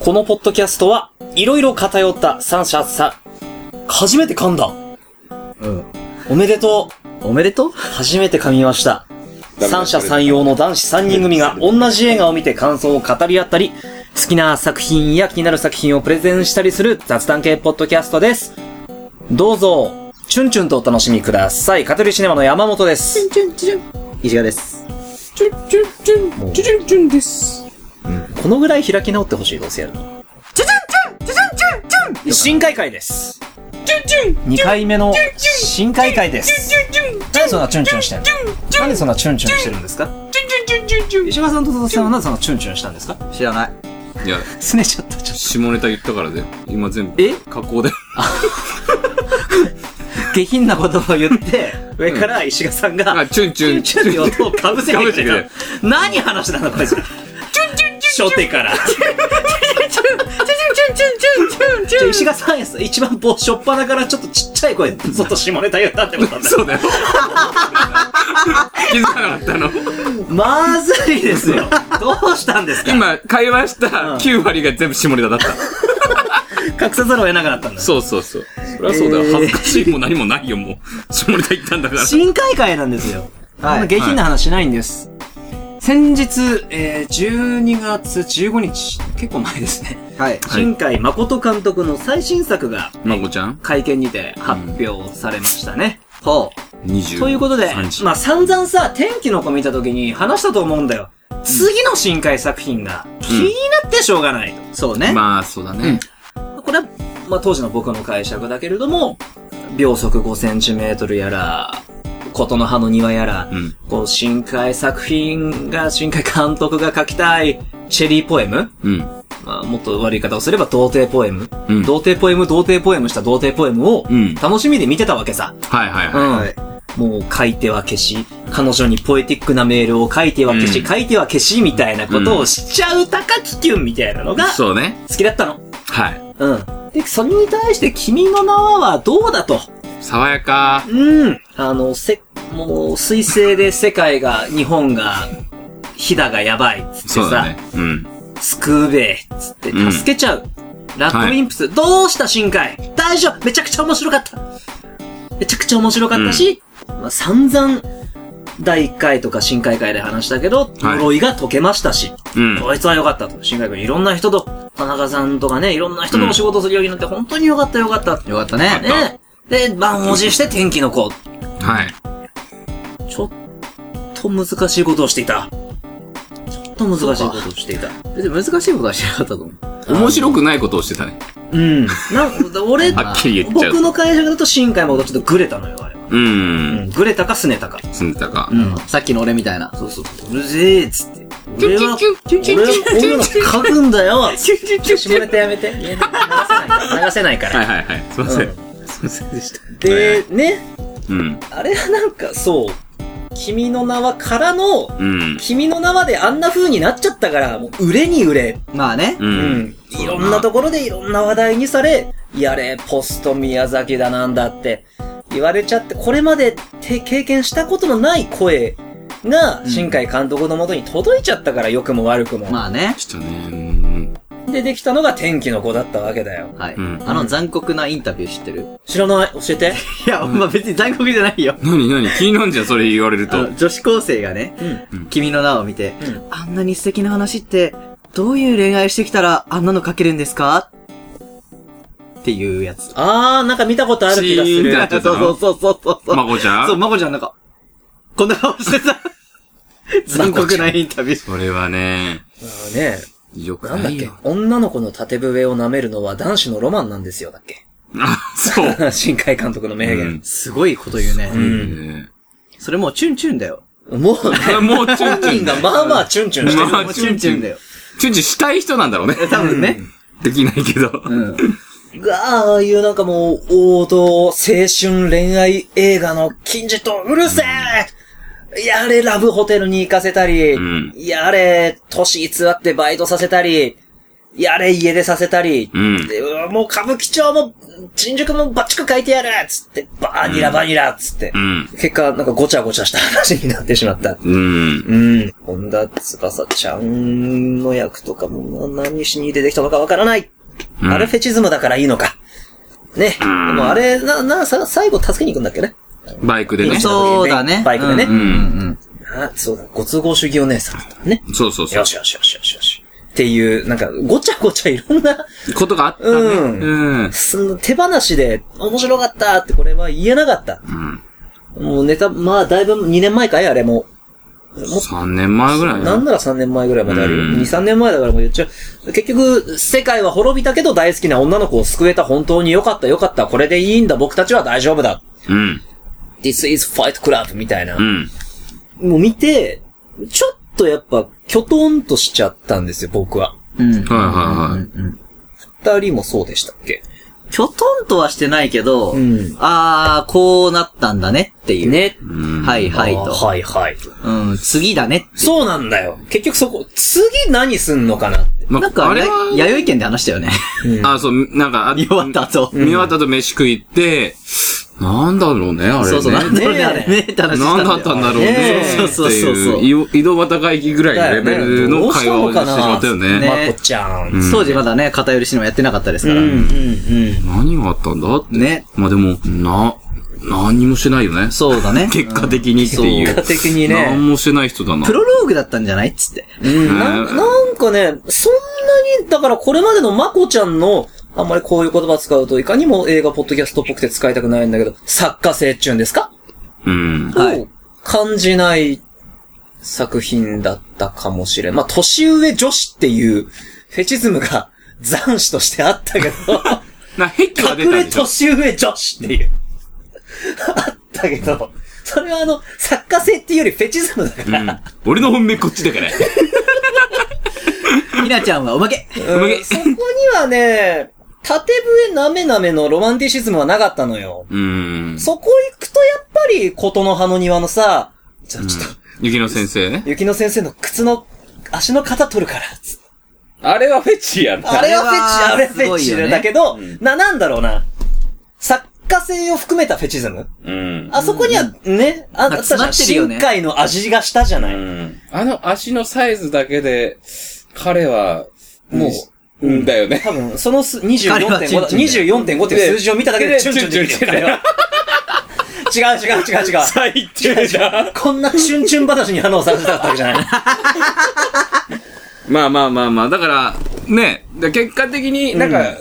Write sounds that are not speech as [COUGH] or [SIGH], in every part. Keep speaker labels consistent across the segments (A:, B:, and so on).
A: このポッドキャストは、いろいろ偏った三者三、初めて噛んだ。
B: うん。
A: おめでとう。
B: おめでとう
A: 初めて噛みました。
C: ダメだ
A: 三者三様の男子三人組が同じ映画を見て感想を語り合ったり、好きな作品や気になる作品をプレゼンしたりする雑談系ポッドキャストです。どうぞ、チュンチュンとお楽しみください。カトリーシネマの山本です。
B: 石川です。
C: チュンチュンチュン、チュンチュンチュンです。
A: このぐらい開き直ってほしい、どうせやるの。新海会です。
C: チュンチュン
A: 2回目の新海会です。
C: チュンチュン
A: なんでそんなチュンチュンしてるのなんでそんなチュンチュンしてるんですか
C: チュンチュンチュンチュンチュン
A: 石川さんと戸田さんはなぜそのチュンチュンしたんですか
B: 知らない。
C: いや、
A: すねちゃった、ちょっ
C: 下ネタ言ったからだよ。今全部。
B: え
C: 加工だよ。
B: 下品な言葉を言って、
A: と。 [LAUGHS] 上から石川さんが、
C: あ、チュンチ
A: チュ
C: ュ
A: ン
C: ン。
A: チュンの音をかぶせてきて
C: 被せて
A: た。何話したのこれ。チュンチュンチュン。初手から。じゃあ石川さんやさ、一番ぼ、しょっぱなからちょっとちっちゃい声で、ずっと下ネタ言ったってことなんだよ。
C: そうだよ。 [LAUGHS] 気づかなかったの。
A: まずいですよ。 [LAUGHS] どうしたんですか
C: 今、会話した
A: うん
C: 9割が全部下ネタだった。
A: 隠さざるを得なくなったんだ。
C: そうそうそう。そりゃそうだ
A: えー
C: よ。恥ずかしいも何もないよ、もう。下ネタ言ったんだから。
A: 新海会なんですよ。
B: はい
A: あんな下品な話しないんです。先日、えー、12月15日、結構前ですね。
B: はい。
C: はい
A: 新海誠監督の最新作が
C: まこちゃん
A: 会見にて発表されましたね。
B: ほう。
C: ?20。
A: ということで、
C: 30
A: まあ散々さ、天気の子見た時に話したと思うんだよ。次の新海作品が気になってしょうがない。
B: そうね。
C: まあ、そうだね。
A: これは、まあ当時の僕の解釈だけれども、秒速5センチメートルやら、琴の葉の庭やら、
C: うん。
A: こう、深海作品が、深海監督が書きたい、チェリーポエム
C: うん。
A: まあ、もっと悪い言い方をすれば、童貞ポエム、
C: うん
A: 童貞ポエム、童貞ポエムした童貞ポエムを
C: う、ん。
A: 楽しみで見てたわけさ。
C: はいはいは
A: う
C: い。
A: ん。
B: はい。
A: もう、書いては消し、彼女にポエティックなメールを書いては消し、
C: うん
A: 書いては消し、みたいなことをしちゃう高木キュンみたいなのが、好
C: そうね。
A: きだったの。
C: はい。
A: うん。で、それに対して、君の名ははどうだと。
C: 爽やか。
A: うん。あの、せ、もう、水星で世界が、日本が、ひだがやばいっつって
C: そう
A: さ、
C: だね。うん。
A: 救うべえっつって
C: うん
A: 助けちゃう。ラッドウィンプス、どうした深海大丈夫めちゃくちゃ面白かっためちゃくちゃ面白かったし、まあ、散々、第1回とか深海会で話したけど、
C: はい
A: 呪いが解けましたし、
C: うん。
A: こいつは良かったと。深海君いろんな人と、田中さんとかね、いろんな人とお仕事するようになって、本当に良かった良かった。
B: よかったね。
A: ね。で、満を持して天気の子。
C: はい。
A: ちょっと難しいことをしていた。ちょっと難しいことをしていた。
B: 別に難しいことはしなかったと思う。
C: 面白くないことをしてたね。
A: うん。なんか、俺、
C: [LAUGHS] はっきり言っちゃう
A: 僕。の解釈だと新海もちょっとグレたのよ、あれは。
C: う。
A: うんん。グレたかスネたか。
C: 住んでたか。
A: ん。
B: さっきの俺みたいな。
A: そうそう。うるぜえっつって。俺は、
C: キュンキ
A: 俺
C: ュ
A: は
C: ン
A: こういうの書くんだよつって下ネタやめて。流せない。流せないか
C: は
A: ら。
C: いはいはい。すいません。すいませんでした。
A: [LAUGHS] で、ね、
C: うん。
A: あれはなんか、そう。君の名はからの、
C: うん。
A: 君の名はであんな風になっちゃったから、もう売れに売れ。
B: まあね。
C: う。
A: うんん。いろんなところでいろんな話題にされ、やれ、ポスト宮崎だなんだって言われちゃって、これまでて経験したことのない声が、
B: うん
A: 新海監督のもとに届いちゃったから、良くも悪くも。
B: まあね。
C: したね。うん。
A: で、できたのが天気の子だったわけだよ。
B: はい。
C: うん
B: あの残酷なインタビュー知ってる
A: 知らない教えて。
B: いや、まあ別に残酷じゃないよ。
C: なになに気になんじゃん、それ言われる
B: あ
C: と。
B: の女子高生がね、
A: うん。
B: 君の名を見て、
A: うん
B: あんなに素敵な話って、どういう恋愛してきたらあんなの書けるんですかっていうやつ。
A: あー、なんか見たことある気がす
C: シーンって
A: る
C: なっ。ちゃった
B: そうそうそうそうそうそう。
C: まこちゃ
B: そう、
C: ん
B: まこちゃんなんか、こんな顔して [LAUGHS] た。残酷なインタビュー。
C: それはね、
A: あーね
C: よく
A: なんだ
C: な
A: っ
C: い
A: け
C: よ。
A: 女の子の縦笛を舐めるのは男子のロマンなんですよ、だっ
B: [LAUGHS]
A: け
C: [LAUGHS] あ、そう。
A: 新海監督の名言。
B: すごいこと言うね。
C: うん。
B: それもうチュンチュンだよ。
A: もう
B: [LAUGHS]
A: ね、
C: もうチュンチュン
A: 本人がまあまあチュンチュンしてる。
C: まあ
B: もうチュンチュンだよ。
C: チュンチュンしたい人なんだろうね。
B: 多分ね。
C: できないけど。
B: うん。
A: が、ああいうなんかもう、王道、青春恋愛映画の金字塔、うるせえやれ、ラブホテルに行かせたり、
C: うん
A: やれ、都市偽ってバイトさせたり、やれ家出させたり、
C: うん
A: でうわもう歌舞伎町も、新宿もバチク書いてやるっつって、バーニラバニラっつって、
C: うん。
A: 結果、なんかごちゃごちゃした話になってしまった。
C: うん。
A: うん。本田翼ちゃんの役とかもな何しに出てきたのかわからない。
C: うん
A: あれフェチズムだからいいのか。ね。で
C: ん
A: もあれ、な、な、さ、最後助けに行くんだっけね。
C: バイクでね。そ
B: そうだね。
A: バイクでね
B: うんうん
A: あ、そうだ。ご都合主義お姉さんだったね。
C: うそうそ
A: よ
C: う。
A: しよしよしよしよし。っていう、なんか、ごちゃごちゃいろんな、
C: ことがあったね。
A: うん
C: うん。
A: その手放しで、面白かったってこれは言えなかった。
C: うん。
A: もうネタ、まあだいぶ2年前かいあれもう。も
C: 3年前ぐらい
A: なんなら3年前ぐらいまであるよ。
C: うん
A: 2、3年前だからもう言っちゃう。結局、世界は滅びたけど大好きな女の子を救えた本当に良かった良かった。これでいいんだ。僕たちは大丈夫だ。
C: うん。
A: This is Fight Club みたいな。
C: うん。
A: もう見て、ちょっとやっぱ、きょとんとしちゃったんですよ、僕は。
B: うん。うん。
C: はいはいはい。
A: 二人もそうでしたっけ
B: きょとんとはしてないけど、
A: うん
B: あー、こうなったんだねっていう。
A: ね。
B: はいはい
A: あ
B: と。
A: ーはいはい。
B: うん、次だね。
A: そうなんだよ。結局そこ、次何すんのかなって。
C: ま
B: なんか、
C: あれ
B: や
C: は、
B: 弥生県で話したよね。
C: あ、そう、なん
B: [LAUGHS]
C: か、あ
B: 見終わった後。
C: 見終わった後飯食い行って、なんだろうね、あれね。
B: そうそう、なんだろうね、あれね、って話したんだ
C: 何
B: よ。
C: だったんだろう
A: ね
C: ね。
B: そうそうそうそう
C: っていう井戸端会議ぐらいのレベルの会話をしてしまったよね。
B: ね
A: まこちゃん。
C: ん
B: 当時まだね、偏りシネマやってなかったですから。
A: うん。
C: 何があったんだって。
B: ね。
C: まあでも、な、何にもしてないよね。
B: そう
C: [LAUGHS]
B: だね。
C: 結果的にってい
A: 結果
C: う。
A: 的にね。
C: 何もしてない人だな
B: プ。ロローグだったんじゃないっつって。
A: うん、ななんかね、そんなに、だからこれまでのまこちゃんの、あんまりこういう言葉使うといかにも映画ポッドキャストっぽくて使いたくないんだけど、作家性っちゅうんですか、
C: うん。
B: はい
A: を感じない作品だったかもしれん。まあ、年上女子っていうフェチズムが残死としてあったけ
C: [LAUGHS]
A: ど、
C: な、ヘッは出
A: 隠
C: た
A: れ
C: でしょ。
A: 年上女子っていう。あったけど、それはあの、作家性っていうよりフェチズムだから
C: うん俺の本命こっちだから。
B: ひなちゃんはおまけ。
C: ごめ
A: うんん [LAUGHS] そこにはね、縦笛なめなめのロマンティシズムはなかったのよ。
C: うん。
A: そこ行くとやっぱり、琴の葉の庭のさ、じゃあちょっと、
C: 雪乃先生ね。
A: 雪乃先生の靴の、足の型取るから、つって
D: あれはフェチやな。
A: あれはフェチ、あ
B: あ
A: れ
B: れ
A: はフェ
B: は
A: チ
B: すごいよね
A: だけど、な、なんだろうな。作家性を含めたフェチズム
D: うん。
A: あそこには、ね、ああったじゃ
B: 詰ま
A: ん。
B: ってるよね
A: 深海の味がしたじゃな
D: う
A: い。
D: んあの足のサイズだけで、彼は、もう、うんだよね。
A: 多分、そのす
B: 彼はチ
A: 24.5だ、
B: ュンチュンだ
A: 24.5っていう数字を見ただけで、
D: で
A: チュンチュンできてる
C: [LAUGHS]
D: チュンチュンできてる
A: 彼は違う違う違う違う。
D: 最低だ。
A: こんなチュンチュン話に反応されてたわけじゃ
B: [LAUGHS]
A: ない。
C: まあまあまあまあ、だから、ね、で結果的に
D: なんか、う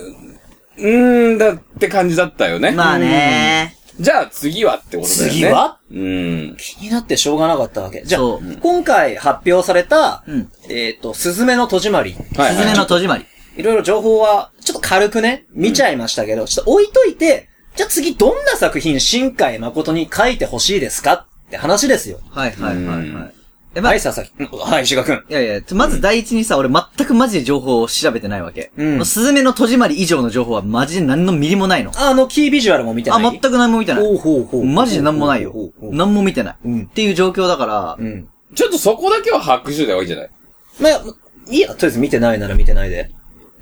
D: ーんだって感じだったよね。
B: まあね
D: じゃあ次はってことだよね。
A: 次は
D: うん。
A: 気になってしょうがなかったわけ。じゃあ
B: そ、
A: 今回発表された、
B: うん
A: えっ、と、すずめの戸締まり。
D: は
B: すずめの戸締まり。
A: いろいろ情報は、ちょっと軽くね、見ちゃいましたけど、ちょっと置いといて、じゃあ次どんな作品、新海誠に書いてほしいですかって話ですよ。
B: はいはいは
D: う
B: いは
D: ん
B: い。え、ま
A: はい、佐々木。はい、志賀くん。
B: いやいや、まず第一にさ、俺全くマジで情報を調べてないわけ。
A: うん
B: スズメの戸締まり以上の情報はマジで何のミリもないの。
A: あの、キービジュアルも見てな
B: あ、
A: い
B: 全く何も見てない。
A: ほうほうほう。
B: マジで何もないよ
A: ほう。ほうほう
B: 何も見てない。
A: うん
B: っていう状況だから
A: う、ん。
D: ちょっとそこだけは白手で多いいんじゃない
A: まあ、いいや、とりあえず見てないなら見てないで。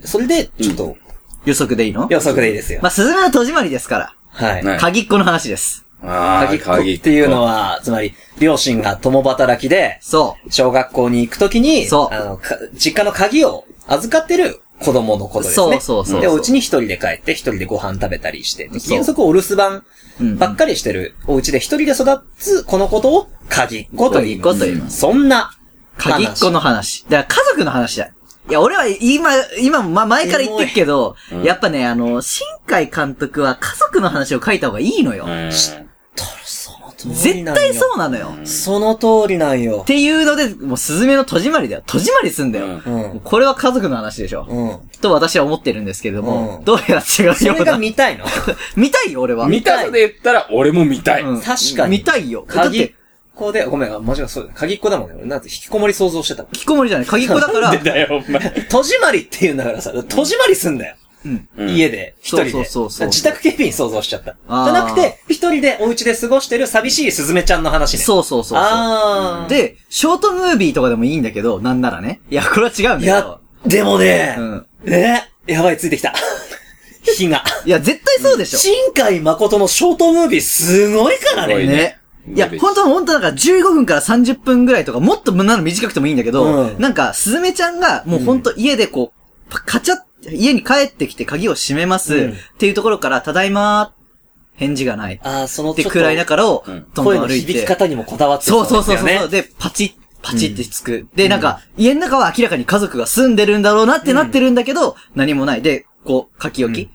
A: それで、ちょっと、
B: 予測でいいの
A: 予測でいいですよ。
B: まあ、すずめの戸締まりですから。
A: はい。
D: はい
B: 鍵っ子の話です。
D: あ
A: 鍵っ子っていうの。は、つまり、両親が共働きで、
B: そ
A: 小学校に行くときに、
B: そう
A: あの、か実家の鍵を預かってる子供のことですね。
B: そうそうそう
A: で、お家に一人で帰って、一人でご飯食べたりして、
B: そう
A: 原則お留守番
B: うん
A: ばっかりしてる、お家で一人で育つこのことを、鍵っ子と言います。
B: 鍵っ子と言います
A: そんな
B: う。鍵っ子の話。だから家族の話だ。いや、俺は今、今も、ま、前から言ってるけど、やっぱね、あの、新海監督は家族の話を書いた方がいいのよ。
D: うん
A: 話。その通り
B: 絶
A: なんよ。
B: 対そうなのよ。
A: その通りなんよ
B: っ。ていうので、もうスズメの戸締まりだよ。戸締まりすんだよ。
D: うん
A: う。
B: もうんこれは家族の話でしょ。
A: うん。
B: と私は思ってるんですけれども、
A: うん
B: どうやら違う
A: そ
B: よ
A: れ
B: う
A: が
B: な。
A: 見たいの。
B: 見たいよ、俺は。
D: 見たさで言ったら俺も見たい。
B: うん
A: 確かに
B: 見たいよ。だっ、
A: 鍵って子で、ごめん、あ間違えそうだ。鍵っ子だもんね。俺なんて引きこもり想像してた。
B: 引きこもりじゃない。鍵っ子だから、
D: だよ、お前。
A: 戸締まりって言うんだからさ、戸締まりすんだよ。
B: うん
A: 家で、一人で。
B: そうそうそうそう
A: 自宅警備員想像しちゃった。じ
B: あー
A: ゃなくて、一人でお家で過ごしてる寂しいスズメちゃんの話ね。う
B: そうそうそうそう。
A: あー。
B: で、ショートムービーとかでもいいんだけど、なんならね。いや、これは違う
A: い
B: んだけど
A: や。、でもね、
B: うん
A: えー、やばい、ついてきた。火が。
B: いや、絶対そうでし
A: [LAUGHS]
B: ょ。
A: 新海誠のショートムービーすごいから
C: すごい
A: ね。
B: ね。いや、本当本当なんか15分から30分ぐらいとか、もっと無駄なの短くてもいいんだけど、
A: うん
B: なんか、すずめちゃんが、もう本当家でこう、パカチャッ、家に帰ってきて鍵を閉めます、
A: うん
B: っていうところから、ただいまー、返事がない。っ
A: ああ、その
B: て
A: ちょっと
B: 暗い中を
C: うん、
B: どん
A: 声
B: どん
A: の
B: 歩いて。
A: 響き方にもこだわって
B: そうそうそうそう。
A: ね。
B: で、パチッ、パチってつく。で、なんか、家の中は明らかに家族が住んでるんだろうなってなってるんだけど、何もない。で、こう、書き置き、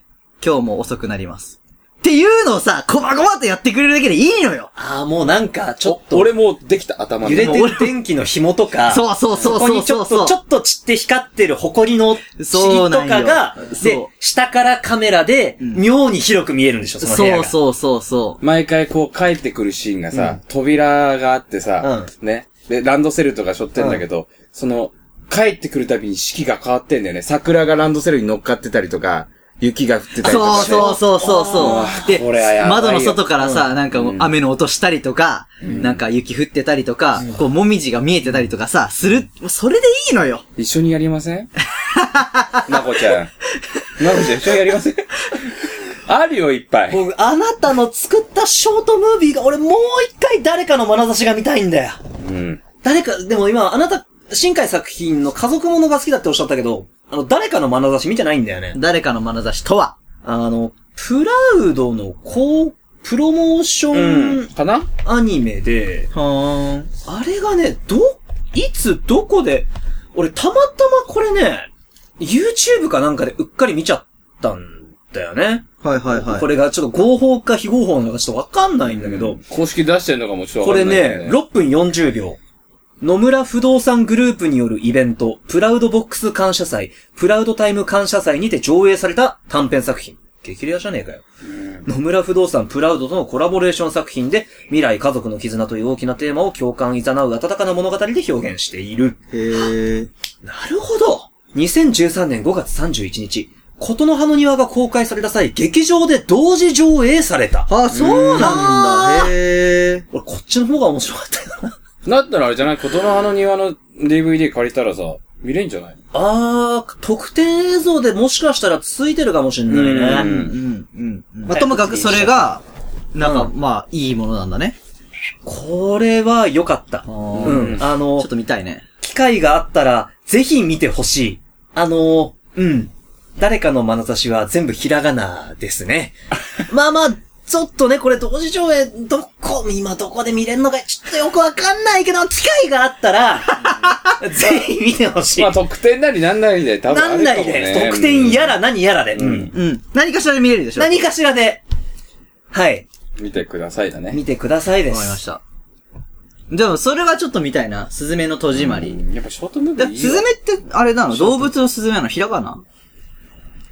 B: 今日も遅くなります。っていうのをさ、こまごまとやってくれるだけでいいのよ
A: ああ、もうなんか、ちょっ
C: お
A: と、
C: 俺もうできた頭の
A: 揺れてる電気の紐とか、
B: そうそうそう
A: ここ
B: そ
A: に
B: う
A: ち
B: そ
A: ょ
B: う
A: っと、
B: そう。
A: ちょっと散って光ってる埃の塵
B: そ
A: と
B: うなんよ
A: かが、で
B: そう、
A: 下からカメラで、
B: ん
A: 妙に広く見えるんでしょ、その部屋が。
B: そうそうそうそう。
C: 毎回こう帰ってくるシーンがさ、扉があってさ、ね。で、ランドセルとか背負ってんだけど、その、帰ってくるたびに四季が変わってんだよね。桜がランドセルに乗っかってたりとか、雪が降ってたりと
B: そ
C: かし
B: う
C: て。
B: そうそうそうそう
C: あー。
B: で
C: これはやばい、よ
B: 窓の外からさ、なんかもう雨の音したりとか、なんか雪降ってたりとか、こうもみじが見えてたりとかさ、する、それでいいのよ。
C: 一緒にやりません [LAUGHS] なこちゃん。なこちゃん一緒にやりません [LAUGHS] あるよ、いっぱい。
A: 僕、あなたの作ったショートムービーが、俺もう一回誰かの眼差しが見たいんだよ。
C: うん。
A: 誰か、でも今、あなた、新海作品の家族ものが好きだっておっしゃったけど、あの、誰かの眼差し見てないんだよね。
B: 誰かの眼差しとは。
A: あの、プラウドのこう、プロモーシ
C: う
A: ョ
C: ん。
A: ン
C: かな
A: アニメで、
B: はーん。
A: あれがね、ど、いつ、どこで、俺たまたまこれね、YouTube かなんかでうっかり見ちゃったんだよね。
B: はいはい
A: これがちょっと合法か非合法なのかちょっとわかんないんだけど、
C: 公式出してんのかもちょっと
A: こ
C: わか
A: れ
C: んないけど
A: ね、6分40秒。野村不動産グループによるイベント、プラウドボックス感謝祭、プラウドタイム感謝祭にて上映された短編作品。激レアじゃねえかよ。野村不動産プラウドとのコラボレーション作品で、未来家族の絆という大きなテーマを共感誘う温かな物語で表現している。
B: へえ。
A: なるほど !2013 年5月31日、琴の葉の庭が公開された際、劇場で同時上映された。
B: あ、そうなん
A: う
B: だ。へえ。
A: 俺、こっちの方が面白かったよな。
C: だったらあれじゃない琴の葉の庭の DVD 借りたらさ、見れんじゃない
A: あー、特典映像でもしかしたらついてるかもしんないうね。
B: うんうんうん。まあ、ともかくそれが、なんか、まあ、いいものなんだね。
A: これは良かった。
B: ー
A: うん。あ
B: ちょ
A: の
B: っ、と見たいね。
A: 機会があったら、ぜひ見てほしい。あの、うん。誰かの眼差しは全部ひらがなですね。まあまあ、ちょっとね、これ同時上映、どこ、今どこで見れるのか、ちょっとよくわかんないけど、機会があったら、ぜひ見てほしい
C: まあ。特典なりなんなりで多分あ
A: な
C: る
A: ん
C: か
A: な
C: も
A: り
C: ね。
A: で、特典やら何やらで。うん。
B: うん。何かしらで見れるでしょ
A: 何かしらで、はい。
C: 見てくださいだね。
A: 見てくださいで
B: 思いますし。た。でも、それはちょっと見たいな。すずめの戸締まり。
C: やっぱショートムービ
B: だ
C: ー
B: っ
C: い
B: て
C: い
B: ス
C: よ
B: ズメって、あれなの動物のスズメなのひらがな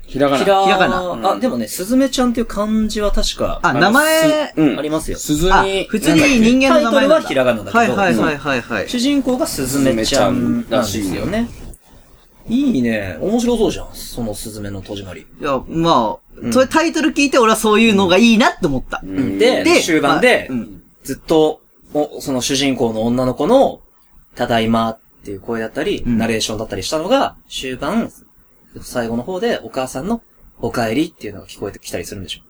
C: ひらが
A: ひ
C: な。
A: ら
B: ひらがな
A: あ、でもね、すずめちゃんっていう漢字は確か、
B: あ、名前、
C: うん
A: ありますよ。
C: 鈴
B: あ
C: に、、
B: 普通に人間の名前なんだ。
A: タイトルはひらがなだけど
B: はいはいはいはいはい。
A: 主人公がすずめちゃんなんですよね。いいね。面白そうじゃん。そのすずめの戸締まり。
B: いや、まあ、それタイトル聞いて俺はそういうのがいいなって思った。
A: で、
B: で
A: 終盤で、
B: まあうん
A: ずっと、おその主人公の女の子の、ただいまっていう声だったり、
B: ん
A: ナレーションだったりしたのが、終盤、最後の方でお母さんの、お帰りっていうのが聞こえてきたりするんでしょ。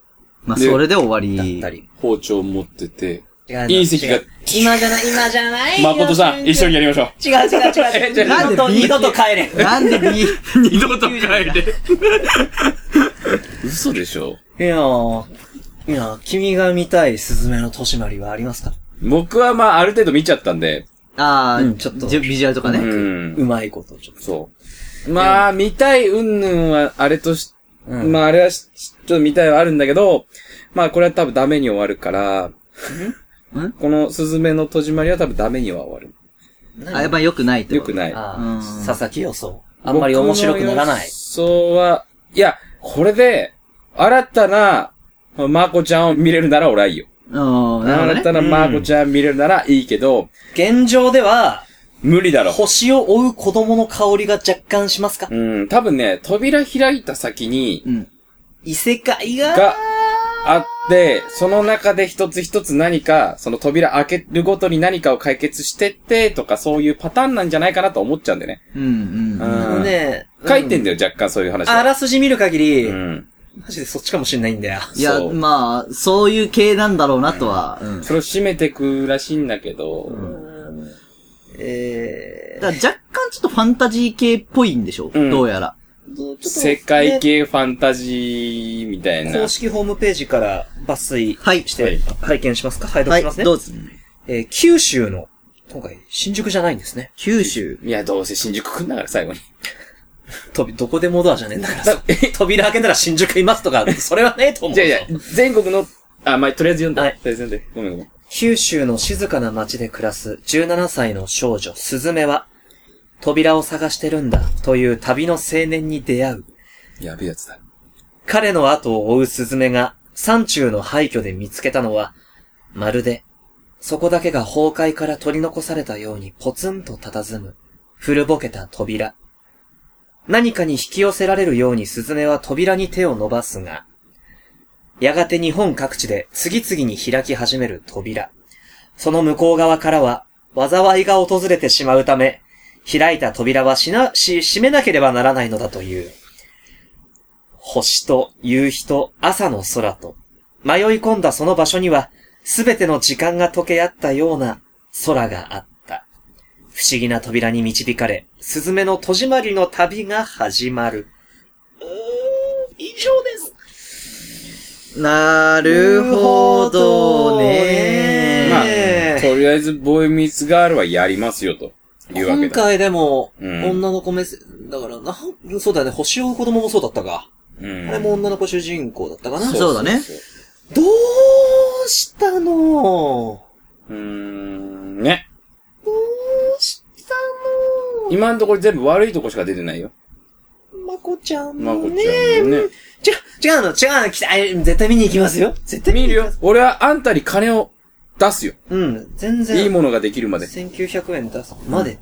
B: まあ、それで終わ
A: だっ
B: り
A: た。り。
C: 包丁持ってて、
A: 違うの
C: 隕石が
A: 違う今じゃない、今じゃないよ。
C: 誠さん、一緒にやりましょう。
A: 違う違う違う違う。
B: な
A: 二度
B: んで
A: と
B: ビー
A: 二度と帰れん。
B: なんで B、
E: 二度と帰れ。
C: 嘘でしょ
A: いやー、いやー、君が見たいスズメの戸締まりはありますか
C: 僕はまあ、ある程度見ちゃったんで、
B: ああ、
A: うんちょっと
B: じゅビジュアルとかね。
C: うん。
A: うまいこと、ちょっ
C: そう。まあ、見たい云々は、あれとし、
A: うん
C: まあ、あれはし、ちょっと見たいはあるんだけど、まあ、これは多分ダメに終わるから、このスズメの戸締まりは多分ダメには終わる。
A: と。
B: あ、やっぱ良くないって
C: よ
B: こと
C: くない。
A: あ
B: う
A: ー
B: ん
A: 佐々木予想。あんまり面白くならない。
C: そうは、いや、これで、新たな、まこちゃんを見れるなら俺はいいよ。
B: うん、なるほど
C: 新た
B: ね。
C: なまこちゃん見れるならいいけど、
A: 現状では、
C: 無理だろ。
A: 星を追う子供の香りが若干しますか
C: うん、多分ね、扉開いた先に
B: う、ん。
A: 異世界が、
C: が、あって、その中で一つ一つ何か、その扉開けるごとに何かを解決してって、とかそういうパターンなんじゃないかなと思っちゃうんでね。
B: うん、うん。
A: あのね、
C: 書いてんだよ、若干そういう話は。
A: あらすじ見る限り、
C: うん。
A: マジでそっちかもしんないんだよ。
B: いや、
C: そう
B: まあ、そういう系なんだろうなとは。うん。だ
C: それを締めてくらしいんだけど、
A: え
B: から若干ちょっとファンタジー系っぽいんでしょ、
C: うん
B: どうやら。
A: ー、ちょっと
C: 世界系ファンタジーみたい
A: ね
C: な
A: 公。式ホームページから抜粋
B: はい
A: して拝見しますか、拝読
B: はい、
A: しますね。
B: どうぞ。
A: えー九州の、今回、新宿じゃないんですね。
B: 九州。
C: いや、どうせ新宿来んだから、最後に。
A: とび、どこでもドアじゃねえんだからさ。扉開けたら新宿いますとか、それはねえと思う。
C: じゃあいや、全国の、あ、まあ、とりあえず読んで。
A: はい
C: とりあえず読んで。ごめんごめん。
A: 九州の静かな町で暮らす17歳の少女、スズメは、扉を探してるんだ、という旅の青年に出会う。
C: やべえやつだ。
A: 彼の後を追うスズメが山中の廃墟で見つけたのは、まるで、そこだけが崩壊から取り残されたようにポツンと佇む、古ぼけた扉。何かに引き寄せられるようにスズメは扉に手を伸ばすが、やがて日本各地で次々に開き始める扉。その向こう側からは、災いが訪れてしまうため、開いた扉はしな、し、閉めなければならないのだという。星と夕日と朝の空と、迷い込んだその場所には、すべての時間が溶け合ったような空があった。不思議な扉に導かれ、スズメの戸締まりの旅が始まる。うーん、以上です。
B: なるほどね。
C: まあ
A: ええ、
C: とりあえず、ボーイミーツガールはやりますよ、というわけ
A: 今
C: だ。
A: 回でも、
C: うん
A: 女の子目線、だからな、そうだよね、星を追う子供もそうだったか。
C: うん
A: あれも女の子主人公だったかな。
B: そうだね。
A: どうしたの
C: うーん、ね。
A: どうしたの
C: 今のところ全部悪いとこしか出てないよ。
A: まこちゃん
C: ま
A: も
C: こ
A: ね。
C: ちゃんもね。
A: 違う、違うの、違うの、来た、え絶対見に行きますよ。絶対
C: 見る
A: に行
C: よ
A: きます。
C: 俺はあんたに金を出すよ。
A: うん、全然。
C: いいものができるまで。
A: 1900円出す。まで。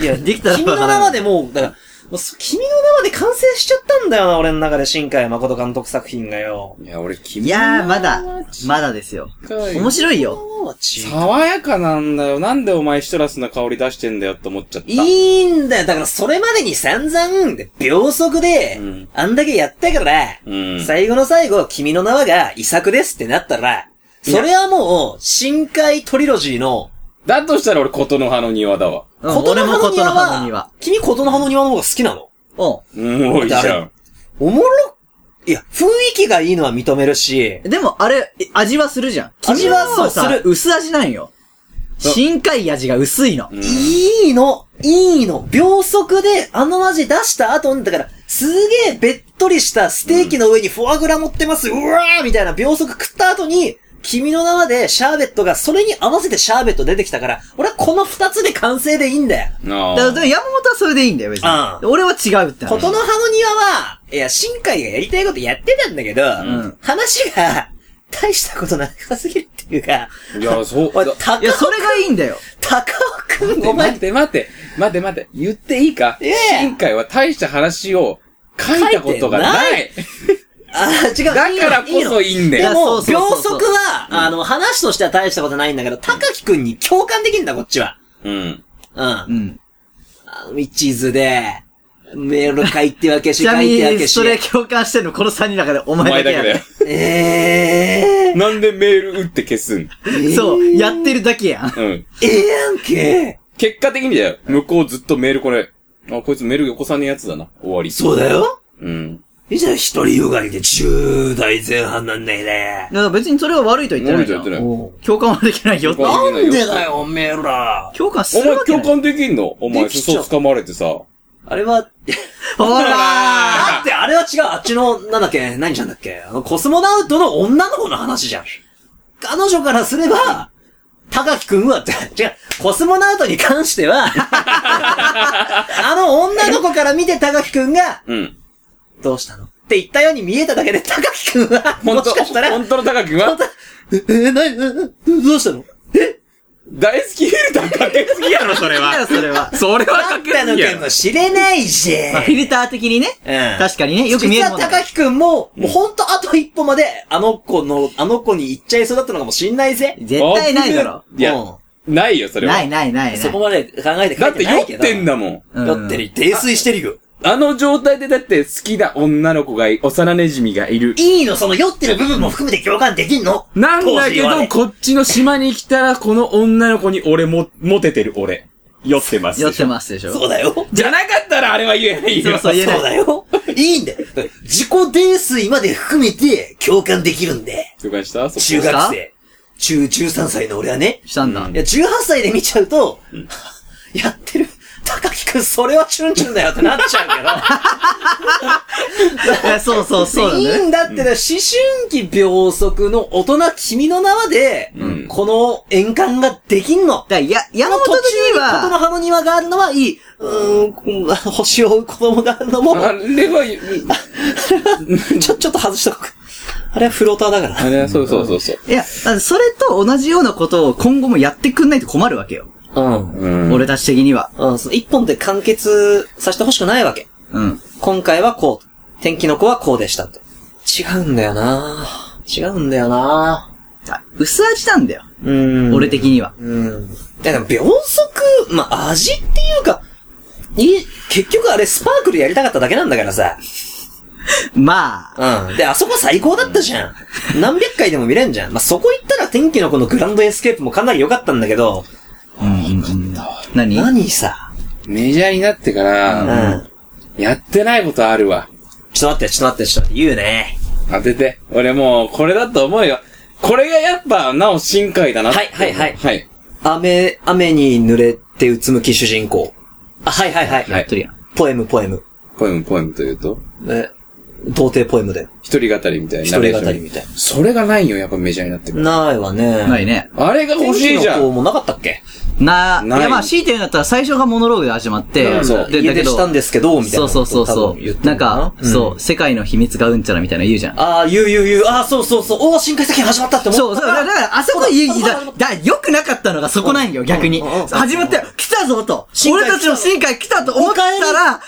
A: いや、
B: できたら
A: 君の名までもう、だから、もうそ君の名まで完成しちゃったんだよな、俺の中で、新海誠監督作品がよ。
C: いや、俺、君
B: いやー、まだ、まだですよ。面白いよ。
A: そうは違う。
C: 爽やかなんだよ。なんでお前シトラスの香り出してんだよって思っちゃった。
A: いいんだよ。だから、それまでに散々、で秒速で
C: うん、
A: あんだけやったから、
C: うん。
A: 最後の最後、君の名はが遺作ですってなったら、それはもう、深海トリロジーの、
C: だとしたら俺、琴の葉の庭だわ。
B: うん
A: こと
B: 俺
A: の
B: も
A: 葉の
B: こと
A: 庭
B: の葉の
A: は
B: 庭。、
A: 君ことの葉の庭の方が好きなの
B: う
C: うん、多いじ
A: だってあ
C: ゃ
A: れ
C: ん。
A: おもろいや、雰囲気がいいのは認めるし、
B: ん。でも、あれ、え味はするじゃん。
A: 味はそう
B: 君の
A: す
B: さ
A: る
B: 薄味なんよ。
C: そう
B: 深海味が薄いの。
A: いいの、いいの、秒速であの味出した後に、だから、すげえべっとりしたステーキの上にフォアグラ乗ってます、うわーみたいな秒速食った後に、君の名はでシャーベットが、それに合わせてシャーベット出てきたから、俺はこの二つで完成でいいんだよ。
C: あ
B: だ
C: あ
B: から、でも山本はそれでいいんだよ、別に
A: う。
B: 俺は違うって話。
A: ことの葉の庭は、いや、新海がやりたいことやってたんだけど、
B: ん
A: 話が、大したことなさすぎるっていうか、
C: いや、そう。
A: おい
C: だ、
A: 高
B: いや、それがいいんだよ。
A: 高尾くん、お
C: 待っ
A: 前、
C: て待って、待って待って、言っていいか
A: ええ
C: 新海は大した話を書いたことがない。
A: あー、違う。
C: だからこそいいんだ
A: で
C: よ。
A: も、
B: いやそうそう
A: 秒
B: そうそう
A: 速は、あの、話としては大したことないんだけど、高木くんに共感できるんだ、こっちは。
C: うん。
A: うん。あ
B: うん。
A: の、一途で、メール書いてわけし、
B: ち
A: 書
B: ないみ
A: てわけ
B: に、
A: し。
B: それ共感してるの、この3人の中でお
C: お
B: 前
C: 前
B: だ
C: だ
B: け
C: け
B: や
C: だよ
A: え
B: ね。。
A: ー、
C: なんでメール打って消すん
B: そう、やってるだけや
C: う
B: ん。
C: ん。
A: ええやんけ。
C: 結果的にだよ。向こうずっとメールこれ。あ、こいつメールよこさねえやつだな。終わり。
A: そうだよ。
C: うん。
A: いいじゃん、一人よがりで10代前半なんだよね
B: い。や別にそれは悪いとは言ってないじゃ
C: 悪いとは
B: ん。
C: 言
A: おう
B: 共感はできないよって。
C: 共感
A: なんでだよ、おめえら。
B: 共感す
C: お
B: るわ
C: 前
B: けな
C: 共
B: い。
C: 感できんのお前
A: できちゃう
C: 嘘掴まれてさ。
A: あれは、
B: ほら
A: だってあれは違う、あっちの、なんだっけ、何ちゃんだっけ、あの、コスモナウトの女の子の話じゃん。彼女からすれば、高木くんは、 [LAUGHS] 違う、コスモナウトに関しては、 [LAUGHS] あの女の子から見て高木くんが、
C: うん。
A: どうしたのって言ったように見えただけで、高木くんは、
C: 本
A: も
C: 当
A: しかしたら、
C: 本当の高木
A: 本
C: は
A: 当え、え、なに、えどうしたの
C: 大好きヒルターかけすぎやろ、それ
B: だよ、。それは。
C: それは
A: あ
C: か
A: ん
C: けす
A: たの
C: ぎや
A: 件
C: ろ
A: も。知れないし。
B: まあフィルター的にね。
A: うん
B: 確かにね、よく見えるも
A: 実
B: んだ
A: は
B: から
A: 高木くんも、もうほんとあと一歩まで、あの子の、あの子に行っちゃいそうだったのかもしんないぜ。
B: 絶対ないだろ。
C: いや
A: も、
C: ないよ、それは。
B: ないないないない。
A: そこまで考えて書
C: だ
A: い
C: って
A: て
C: 酔
A: ない
C: っ
A: けど。
C: てんだもん。
B: うん
A: 酔ってる。泥酔してるよ。
C: あの状態でだって好きな女の子がい、幼馴染がいる。
A: いいの、その酔ってる部分も含めて共感できんの
C: なんだ
A: 当
C: け
A: 時は
C: ど、
A: ね
C: こっちの島に来たら、この女の子に俺も、モテてる俺。酔ってます。
B: 酔ってますでしょ。
A: そうだよ。
C: じゃなかったらあれは言えないよ。
B: そう言えない
A: そうだよ。いいんだよ。自己泥酔まで含めて共感できるんで。
C: 了解したそ
A: 中
C: こ。
A: 学生。中、13歳の俺はね。
B: したんだ。
A: いや、18歳で見ちゃうと、やってる。 [LAUGHS] 高木くん、それはチュンチュンだよってなっちゃう
B: えそうそう
A: け
B: [LAUGHS] そう
A: ど。
B: なん
A: い
B: だ
A: い
B: ね。
A: んだってな、思春期秒速の大人君の名はで、
C: ん
A: この円環ができんの。
B: だからや、山本
A: 途中に
B: に
A: この
B: は、
A: 葉の庭があるのはいい。うーんこう、星を追う子供があるのも、
C: あれは言う、
A: [LAUGHS] ちょ、ちょっと外しとこうか。あれはフローターだから。
C: あれはそうそうそうそう。
B: いや、だってそれと同じようなことを今後もやってくんないと困るわけよ。
A: うん。
C: うん
B: 俺たち的には。
A: うん、その一本で完結させてほしくないわけ。
B: うん。
A: 今回はこう。天気の子はこうでしたと。違うんだよな違うんだよな
B: あ薄味なんだよ。
A: うん。
B: 俺的には。
A: うん。だから秒速、まあ、味っていうか、いい、結局あれスパークルやりたかっただけなんだからさ。
B: まあ、
A: うん。で、あそこ最高だったじゃん。何百回でも見れんじゃん。まあ、そこ行ったら天気の子のグランドエスケープもかなり良かったんだけど、
B: 何
A: 何さ。
C: メジャーになってか
A: う
C: ら、
A: ん。
C: やってないことあるわ。
A: ちょっと待って、ちょっと待って、ちょっと待って、言うね。
C: 当てて。俺もう、これだと思うよ。これがやっぱ、なお深海だなって
A: はいはいはい
C: はい。
A: 雨、雨に濡れてうつむき主人公。あ、はいはいはい。
C: は
B: や
C: い
B: っとるやん。
A: ポエム、ポエム。
C: ポエム、ポエムというと、
A: え、童貞ポエムで。
C: 一人語りみたいな。
A: 一人語りみたいな。
C: それがないよ、やっぱメジャーになってる。
A: ないわね。
B: ない。ね。
C: あれが欲しいじ
A: 天
C: ゃ
A: 気の子
C: ん。
A: もなかったっけ
B: な、い
C: ない
B: やまあ、強いて言うんだったら最初がモノローグで始まって、
C: うんそう
B: で、
A: 家
B: だけ
A: 出した
B: ど
A: ん、ですけど、みたい
B: そ
A: な。
B: うそうそうそ
A: 多分言って
B: う。なん
A: の
B: か、そう、世界の秘密がうんちゃらみたいな言うじゃん。
A: ああ、言う言う言う。ああ、そうそうそう。おお、深海作品始まったって思った。
B: そう、そうだから、だからあそこで言う、だ、だ、良くなかったのがそこなんよ、逆に。
A: うんうんうん
B: 始まって、来たぞと
A: 深。海
B: 俺たちの深海来たと思ったら、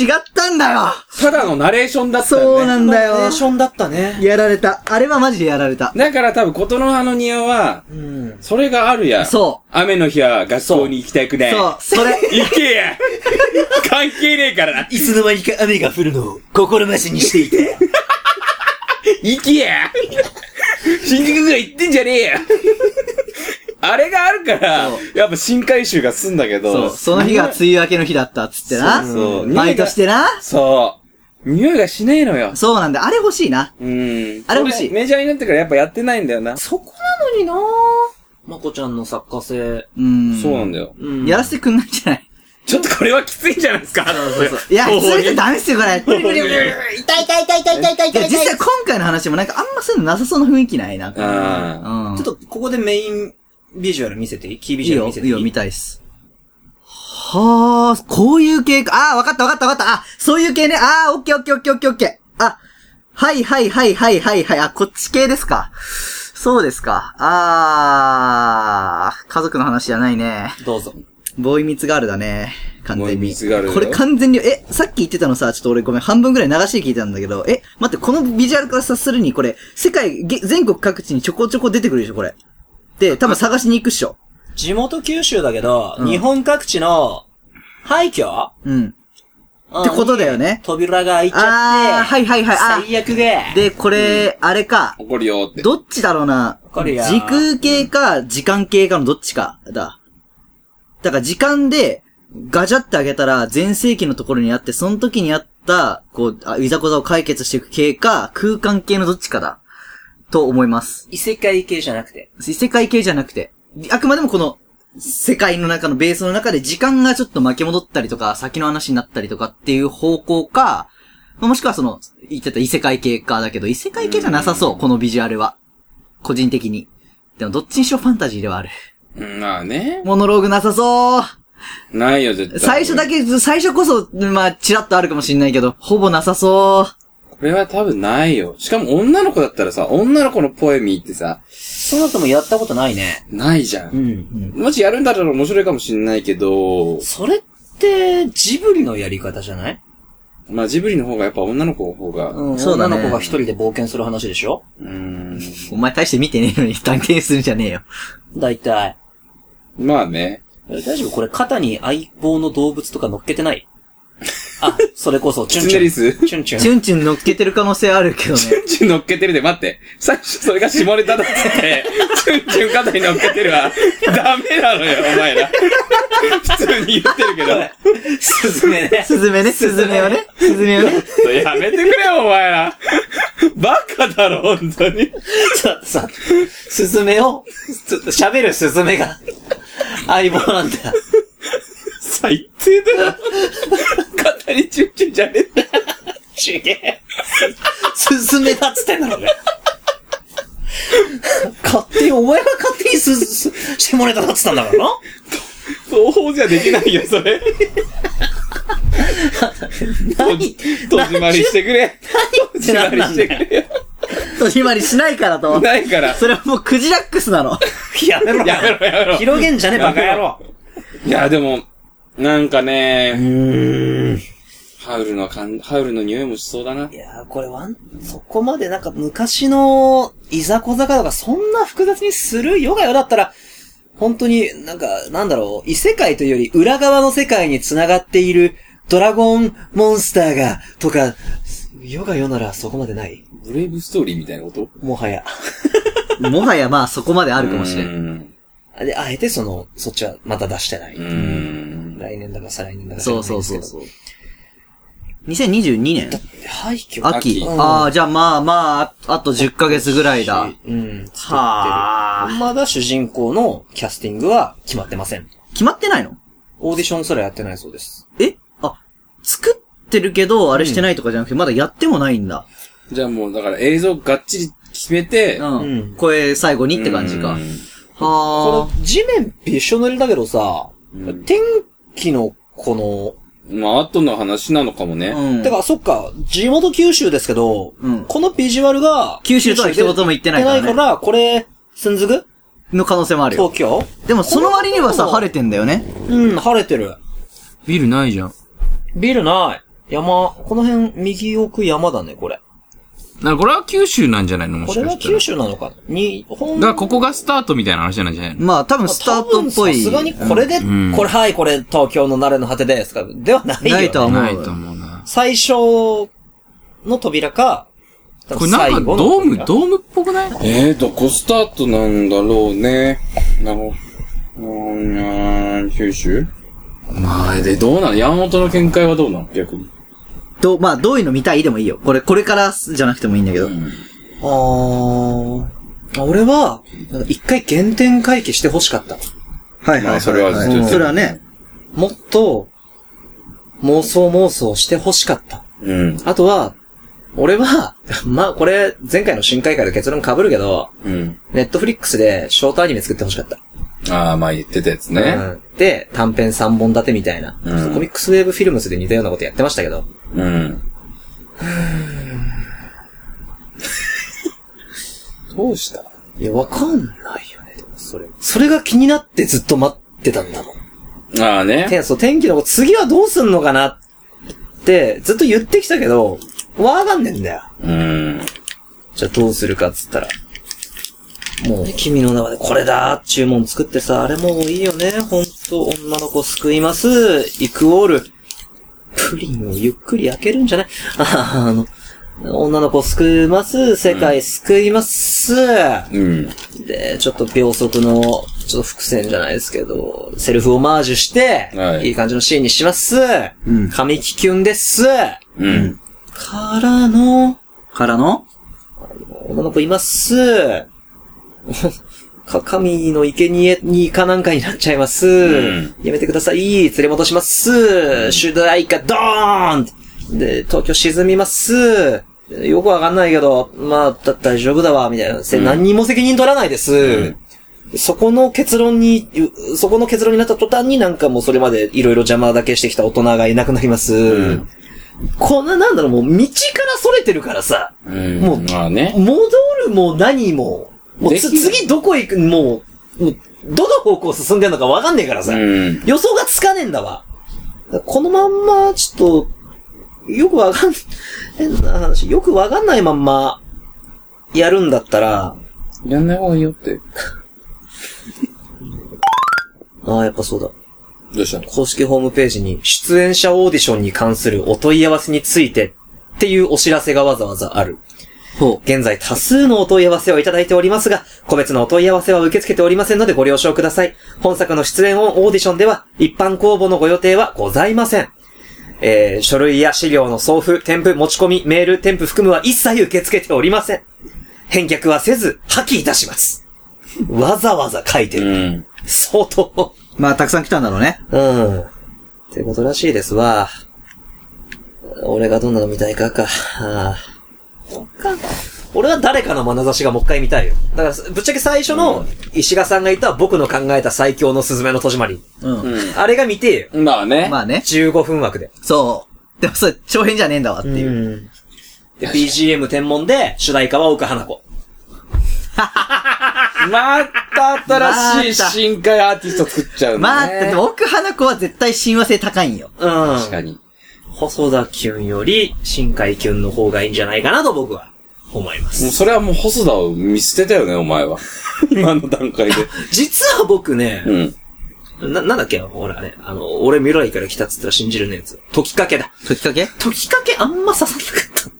B: 違ったんだよ。
C: ただのナレーションだったよね。
B: そうなんだよ
A: ナレ。ーションだったね。
B: やられた。あれはマジでやられた。
C: だから多分、琴の葉の庭は、
A: うん。
C: それがあるや。
B: そ
C: 雨の日は学校に行きたくね。
B: そう、それ。
C: 行けや関係ねえからな。
A: いつの間にか雨が降るのを心待ちにしてい
B: [LAUGHS]
A: て。
C: 行けや新宿ぐらい行ってんじゃねえやあれがあるから、やっぱ新回収が済んだけ
B: そ
C: ど。
B: う、その日が梅雨明けの日だったっつってな。
C: そう
B: バイトしてな。
C: そう。匂いがしねえのよ。
B: そうなんだ。あれ欲しいな。
C: うん。
B: あれ欲しい
C: そメジャーになってからやっぱやってないんだよな。
A: そこなのになまこちゃんの作家性。
B: うん。
C: そうなんだよ。
A: うん
B: やらせてくんないんじゃない
C: ちょっとこれはきついんじゃないですか
B: いや、それじゃダメっすよ、これ。無理無理無理
C: う。
A: 痛い痛い痛い痛い痛い痛い
B: いや
A: 痛い。
B: 実際今回の話もなんかあんまそういうのなさそうな雰囲気ないな。うんん。
A: ちょっと、ここでメインビジュアル見せていいキービ
B: いい
A: ジュアル
B: よ、
A: 見
B: い
A: せてい
B: い
A: い
B: よ、見たいっす。はあ、こういう系か。ああ、わかったわかったわかった。あ、そういう系ね。ああ、オッケーオッケーオッケーオッケーオッケー。あ、はいはいはいはいはいはい。あ、こっち系ですか。そうですか。ああ、家族の話じゃないね。
A: どうぞ。
B: ボーイミーツガールだね。完全に。
C: ボーイミーツガールだよ
B: これ完全に、え、さっき言ってたのさ、ちょっと俺ごめん、半分ぐらい流して聞いてたんだけど、え、待って、このビジュアルから察するに、これ、世界、げ全国各地にちょこちょこ出てくるでしょ、これ。で、多分探しに行くっしょ。
A: 地元九州だけど、
B: うん
A: 日本各地の廃墟
B: うん。
A: っ
B: ってことだよね
A: 扉が開いちゃって、
B: あーはいはいはいあー
A: 最悪で、
B: で、これ、あれか。
C: 怒るよって。
B: どっちだろうな。
A: これや
B: 時空系か、時間系かのどっちか、だ。だから時間で、ガチャってあげたら、前世紀のところにあって、その時にあった、こう、あいざこざを解決していく系か、空間系のどっちかだ。と思います。
A: 異世界系じゃなくて。
B: 異世界系じゃなくて、あくまでもこの、世界の中のベースの中で時間がちょっと巻き戻ったりとか、先の話になったりとかっていう方向か、まあもしくはその、言ってた異世界系かだけど、異世界系じゃなさそう、このビジュアルは。個人的に。でもどっちにしろファンタジーではある。
C: うんまあね。
B: モノローグなさそう
C: ないよ、絶対。
B: 最初だけ、最初こそ、まあ、チラッとあるかもしんないけど、ほぼなさそ
C: これは多分ないよ。しかも女の子だったらさ、女の子のポエミーってさ、
A: その後もやったことないね。
C: ないじゃん。
A: ん。
C: もしやるんだったら面白いかもしんないけど、
A: それって、ジブリのやり方じゃない
C: まあジブリの方がやっぱ女の子の方が、う
A: うん。
B: そうだね
A: 女の子が一人で冒険する話でしょ
C: ーん、
B: う。お前大して見てねえのに探検するんじゃねえよ。
A: 大体。
C: まあね。
A: え大丈夫これ肩に相棒の動物とか乗っけてないあ、それこそ、チュン
C: キ
A: チ
C: ツネ
A: ュ
C: リ
A: ン。チ
C: ス
A: ュンチュン。
B: チュンチュン乗っけてる可能性あるけ
A: [LAUGHS]
B: どね。
C: チュンチュン乗っけてるで、待って。最初それが下ネタだっつって、チュンチュン肩に乗っけてるわ。ダメなのよ、お前ら。普通に言ってるけど。
A: すずめね。
B: スズメね、スズメをね、スズメをね。
C: [LAUGHS] やめてくれよ、お前ら。バカだろ、本当に。
A: ちょっとさ、すずめを、ちょっと喋るすずめが、相棒なんだ。
C: 最低だな。肩にチュンチュンじゃねえ。
A: ちげえ。すすめだっつってんだろ、俺。勝手に、お前が勝手にす、す、下ネタだっつったんだからな。
C: 双方じゃできないよ、それ。とじ戸締まりしてくれ。戸締まりしてくれよ。
B: とひまりしないからと。
C: ないから。
B: それはもうクジラックスなの。
A: やめろ。
C: やめろ、やめろ。
A: 広げんじゃねえ、バカ野郎。
C: いや、でも、なんか
A: う
C: ね、
A: ーん。。
C: ハウルのかん、ハウルの匂いもしそうだない
A: やー、これワン、そこまでなんか昔のいざこざかとかそんな複雑にするヨガよだったら、本当になんか、なんだろう、異世界というより裏側の世界に繋がっているドラゴンモンスターが、とか、ヨガよならそこまでない
C: ブレイブストーリーみたいなこと
A: もはや。
B: もはやまあそこまであ
C: あ
B: るかもしれん。
C: ん。
A: で、あえてその、そっちはまた出してない。
C: うーん。
A: 来年だか再来年だか知ら
B: そ
A: な
B: う
A: いですけ
B: そ
A: ど。
B: うそうそう。2022年
A: 廃墟が。
B: 秋
C: 秋
B: ああ、じゃあまあまあ、ああと10ヶ月ぐらいだ。
A: うん。
B: はあ。
A: まだ主人公のキャスティングは決まってません。
B: 決まってないの
A: オーディションすらやってないそうです。
B: えあ、作ってるけど、あれしてないとかじゃなくて、まだやってもないんだ。
C: じゃあもう、だから映像がっちり決めて、
B: うん。
A: うん
B: これ最後にって感じ
C: う
B: か。は
C: ん
A: こ
B: あ。
A: の地面びっしょ濡れだけどさ、天気のこ
C: まあ、後の話なのかもね。
B: う
A: の、
B: ん。
A: てか、そっか、地元九州ですけど、
B: うん
A: このビジュアルが、
B: 九州とは一言も言ってないからね
A: 言ってないからこれ、すんずぐ
B: の可能性もあるよ
A: 東。京
B: でもその割にはさ、
A: この
B: 晴れてんだよね。
A: うん、晴れてる。
F: ビルないじゃん。
A: ビルない。山、この辺、右奥山だね、これ。
F: だからこれは九州なんじゃないのも
A: こ
F: し
A: れ
F: か
A: は
F: したら。
A: 九州なのかなに、本
F: だからここがスタートみたいな話なんじゃないの
B: まあ多分スタートっぽい。
A: 多分さすがにこれで、
F: ん
A: これ、はい、これ、東京の慣れの果てですか。ではないよ。
B: ないとは思う。
F: ないと思うな。
A: 最初の扉か、多
F: こ
A: 分
F: れな
A: 最後
F: んか
A: の
F: ドー
A: 扉
F: ム、ドームっぽくない
C: えー、どこスタートなんだろうね。なるほど。うーん、九州まあ、で、どうなの山本の見解はどうなの逆に。
B: ど、まあどういうの見たいでもいいよ。これ、これからじゃなくてもいいんだけど。
A: あーあ。俺は、なんか一回原点回帰して欲しかった。
B: はい
C: まあそれはずっと言ってる
B: うんそれはね。
A: もっと、妄想妄想して欲しかった。
C: うん。
A: あとは、俺は、 [LAUGHS] まあこれ、前回の新海会で結論被るけど、
C: うん。
A: ネットフリックスでショートアニメ作って欲しかった。
C: ああ、まあ言ってたやつね。
A: うんで、短編3本立てみたいな、
C: うん
A: コミックスウェーブフィルムスで似たようなことやってましたけど。
C: うん。どうした
A: いや、わかんないよね、でもそれ。それが気になってずっと待ってたんだもん。
C: ああね。
A: てそう、天気の子、次はどうすんのかなって、ずっと言ってきたけど、わかんねえんだよ。
C: うん。
A: じゃあどうするかっつったら。もう、君の中でこれだー注文作ってさ、あれもういいよね。ほんと、女の子救います。イクオール。プリンをゆっくり開けるんじゃないああの、女の子救います。世界救います。
C: うん。
A: で、ちょっと秒速の、ちょっと伏線じゃないですけど、セルフオマージュして、
C: はい
A: い、い感じのシーンにします。
B: うん
A: 神木キュンです。
C: うん。
A: からの、
B: からの
A: 女の子います。 [LAUGHS] か、神の生贄にかなんかになっちゃいます。
C: ん
A: やめてください。連れ戻します。主題歌ドーンで、東京沈みます。よくわかんないけど、まあ、だ大丈夫だわ、みたいな。せ何にも責任取らないです。そこの結論に、うそこの結論になった途端になんかもうそれまでいろいろ邪魔だけしてきた大人がいなくなります。
C: ん
A: こんな、なんだろう、もう道からそれてるからさ。
C: うん。
A: もう
C: まあね。
A: 戻るも何も、もうつ
C: できない
A: 次どこ行く、もう、もうどの方向進んでるのかわかんねえからさ、
C: うん。
A: 予想がつかねえんだわ。このまんま、ちょっと、よくわかん、変な話、よくわかんないまんま、やるんだったら、
C: やんない方がいいよって。
A: ああ、やっぱそうだ。
C: どうしたの
A: 公式ホームページに、出演者オーディションに関するお問い合わせについてっていうお知らせがわざわざある。
B: ほ
A: 現在多数のお問い合わせをいただいておりますが、個別のお問い合わせは受け付けておりませんのでご了承ください。本作の出演オーディションでは、一般公募のご予定はございません。えー、書類や資料の送付、添付、持ち込み、メール、添付含むは一切受け付けておりません。返却はせず、破棄いたします。わざわざ書いてる。
C: うん。
A: 相当。
B: う。まあ、たくさん来たんだろうね。
A: うん。ってことらしいですわ。俺がどんなの見たいかか。ああ俺は誰かの眼差しがもう一回見たいよ。だから、ぶっちゃけ最初の石賀さんが言った僕の考えた最強のスズメの戸締まり。
B: うん。
A: あれが見てえよ。
C: まあね。
B: まあね。
A: 15分枠で。
B: そう。でもそれ、長編じゃねえんだわっていう。
A: ん。で、BGM 天文で主題歌は奥花子。
C: また新しい深海アーティスト作っちゃうのね。
B: まあ、だって奥花子は絶対親和性高いんよ。
A: うん。
C: 確かに。
A: 細田キュンより新海キュンの方がいいんじゃないかなと僕は思いま
C: もう
A: す。
C: それはもう細田を見捨てたよね、
A: [LAUGHS]
C: お前は。今の段階で。
A: 実は僕ね、
C: うん。
A: な、なんだっけほらね、あの、俺未来から来たっつったら信じるねやつ。時かけだ。
B: きっかけ
A: 時かけあんま刺さなかっ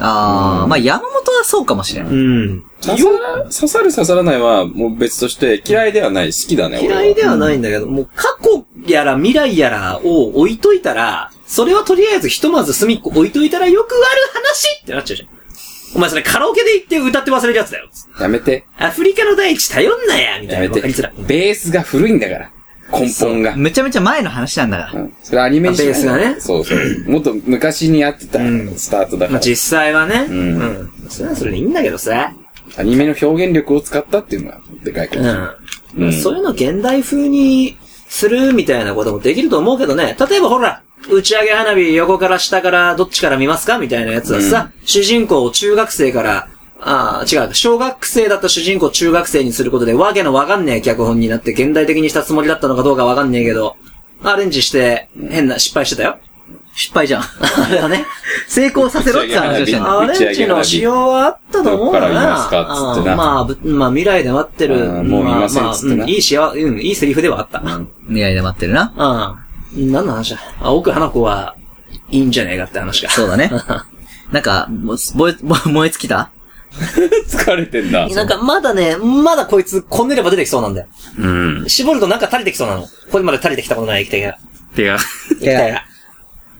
B: ああ、まあ山本はそうかもしれ
A: た。
B: な
A: う
B: い。
A: ん。
C: 刺さら刺さる刺さらないはもう別として嫌いではない。好きだね、俺は
A: 嫌いではないんだけど、もう過去やら未来やらを置いといたら、それはとりあえずひとまず隅っこ置いといたらよくある話ってなっちゃうじゃん。お前それカラオケで行って歌って忘れるやつだよ。
C: やめて。
A: アフリカの大地頼んなやみた
C: や
A: い
C: め
A: な。わ
C: て
A: かりづらい。。
C: ベースが古いんだから。根本が。
B: めちゃめちゃ前の話なんだから。
C: うんそれアニメにしない
A: ベースがね
C: そうそう。もっと昔にやってたスタートだか
A: まあ
C: ら。
A: 実際はね。
C: うん
A: うん。それはそれでいいんだけどさ。
C: アニメの表現力を使ったっていうのは、でかいこと。
A: うん。
C: うん
A: そういうの現代風にするみたいなこともできると思うけどね。例えばほら、打ち上げ花火横から下からどっちから見ますかみたいなやつはさ、主人公を中学生から、ああ、違う。小学生だった主人公を中学生にすることで、わけのわかんねえ脚本になって現代的にしたつもりだったのかどうかわかんねえけど、アレンジして変な失敗してたよ。
B: 失敗じゃん。
A: あれは [LAUGHS] ね。
B: 成功させろって話をしてんだ。
A: アレンジの仕様はあったと思う
C: どっから見ますかっつってな
A: うんまあ、ぶまあ、未来で待ってる。
C: うんもう見ませんっつって
A: ま
C: な
A: あまあうんいいしわ、うん、いいセリフではあった。
B: 未来で待ってるな。
A: うん。何の話だあ、奥花子は、いいんじゃねえかって話か。
B: そうだね。なんか、もう燃え、燃え尽きた
C: [LAUGHS] 疲れてん
A: [LAUGHS]
C: だ。
A: なんかまだね、まだこいつ、こんねれば出てきそうなんだよ。
F: うん。
A: 絞るとなんか垂れてきそうなの。これまで垂れてきたことない液体が。
F: てか、
A: 液体が。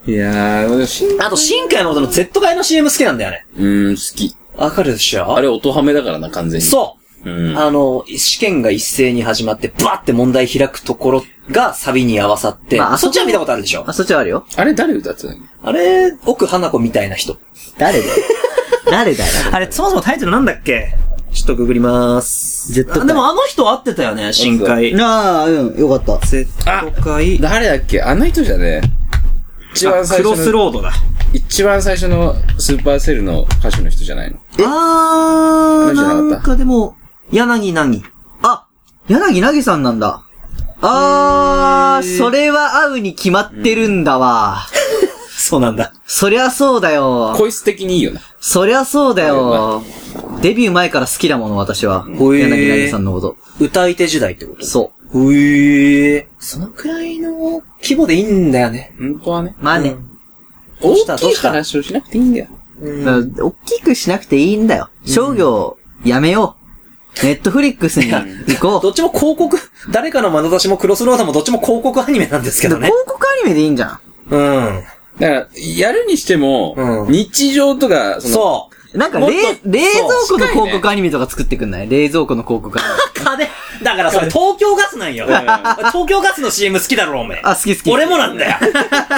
C: いやー、しん、
A: あと、新海誠の Z 界の CM 好きなんだよね。
C: うん、好き。
A: わかるでしょ
C: あれ、音ハメだからな、完全に。
A: そう
C: う。うん。
A: あの、試験が一斉に始まって、バーって問題開くところがサビに合わさって、
B: まあ
A: そっちは見たことあるでしょ
B: あ、そっちはあるよ。
C: あれ、誰歌ってたの
A: あれ、奥花子みたいな人。
B: 誰だよ。誰だよ。
A: あれ、そもそもタイトルなんだっけちょっとググりまーす。
B: Z 界
A: あでもあの人合ってたよね、深海。
B: ああ、うん、よかった。
A: Z 界。
C: 誰だっけあの人じゃね一番
A: あ
C: 最
A: クロ
C: 初
A: ス
C: の、
A: ロードだ。
C: 一番最初のスーパーセルの歌手の人じゃないの
B: あ
C: あれ
B: ー、
C: じゃなかった
B: なんかでも、
A: 柳何
B: あ、柳なぎさんなんだ。あー、それは合うに決まってるんだわ。
A: そうなんだ。
B: そりゃそうだよ。
C: こいつ的にいいよな。
B: そりゃそうだよ。デビュー前から好きだもの、私は。
A: ほえー
B: 柳なぎさんのこと。
A: 歌い手時代ってこと
B: そ
A: ふえー。そのくらいの規模でいいんだよね。
C: 本当はね。
B: う。まあね。
A: どうした
C: 大き
A: どう
C: い
A: した
C: 話をしなくていいんだよ。
B: うん大きくしなくていいんだよ。商業、やめよう。ネットフリックスに行こ
A: ど
B: う。
A: っちも広告、誰かの眼差しもクロスロードもどっちも広告アニメなんですけどね
B: 広。告アニメでいいんじゃ
A: うん。
C: だから、やるにしても、
A: うん
C: 日常とか、その、
A: そ
B: ん。なんか、
C: もっ
B: 冷
C: と
B: 冷
C: そ
B: 蔵庫
C: う近い
B: の
C: ね
B: 広告アニメとか作ってくんない冷蔵庫の広告アニ
A: [LAUGHS]
B: メ。
A: う。金、だからそれ東京ガスなんよ。東京ガスの CM 好きだろ、おめえ。
B: あ好き好き
A: 俺もなんだよ。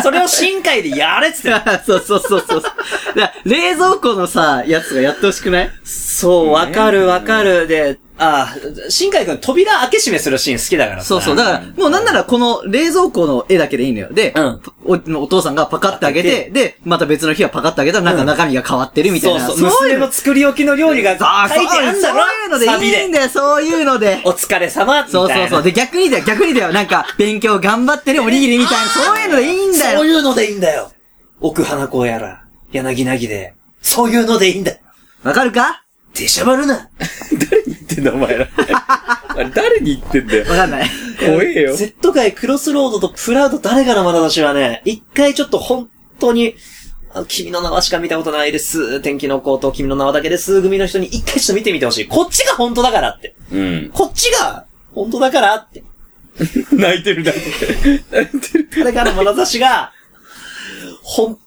A: それを深海でやれっつって。
B: [LAUGHS] そうそうそうそう。だから冷蔵庫のさ、やつがやってほしくない
A: そう、わかるわかる。で、あ、深海くん扉開け閉めするシーン好きだからさ
B: そうそう。だから、もうなんならこの冷蔵庫の絵だけでいいのよ。で、
A: うん
B: おお父さんがパカってあげて、で、また別の日はパカってあげたらなんか中身が変わってるみたいな。
A: そうそう。
B: い
A: 娘
B: の
A: の作り置きの料理が書
B: あーそう
A: いてあんだろ
B: そういうのでいいん
A: で。
B: だよ、そういう
A: [LAUGHS]
B: ので。
A: お疲れ様みたい
B: そ
A: な。
B: うそうそう。で、逆にだよ、逆にだよ。なんか、勉強頑張ってるおにぎり
A: [LAUGHS]
B: みたいな、そういうのでいいんだ
A: そう
B: よ。
A: いうのでいいんだよ。奥花子やら、柳なぎで。そういうのでいいんだよ。
B: わかるか
A: 出しゃばるな。
C: 誰に言ってんてんだ、お前ら。あれ誰に言ってんだよ。
B: わかんない。
C: 怖えよ。
A: Z 界クロスロードとプラウド誰かのまだ私はね、一回ちょっと本当に、あ君の名はしか見たことないです。天気の子と君の名はだけです。組の人に一回ちょっと見てみてほしい。こっちが本当だからって。
C: うん。
A: こっちが本当だからって。
C: 泣いてる、泣いてる。泣いてる。
A: 誰かのまなざしが、ほん、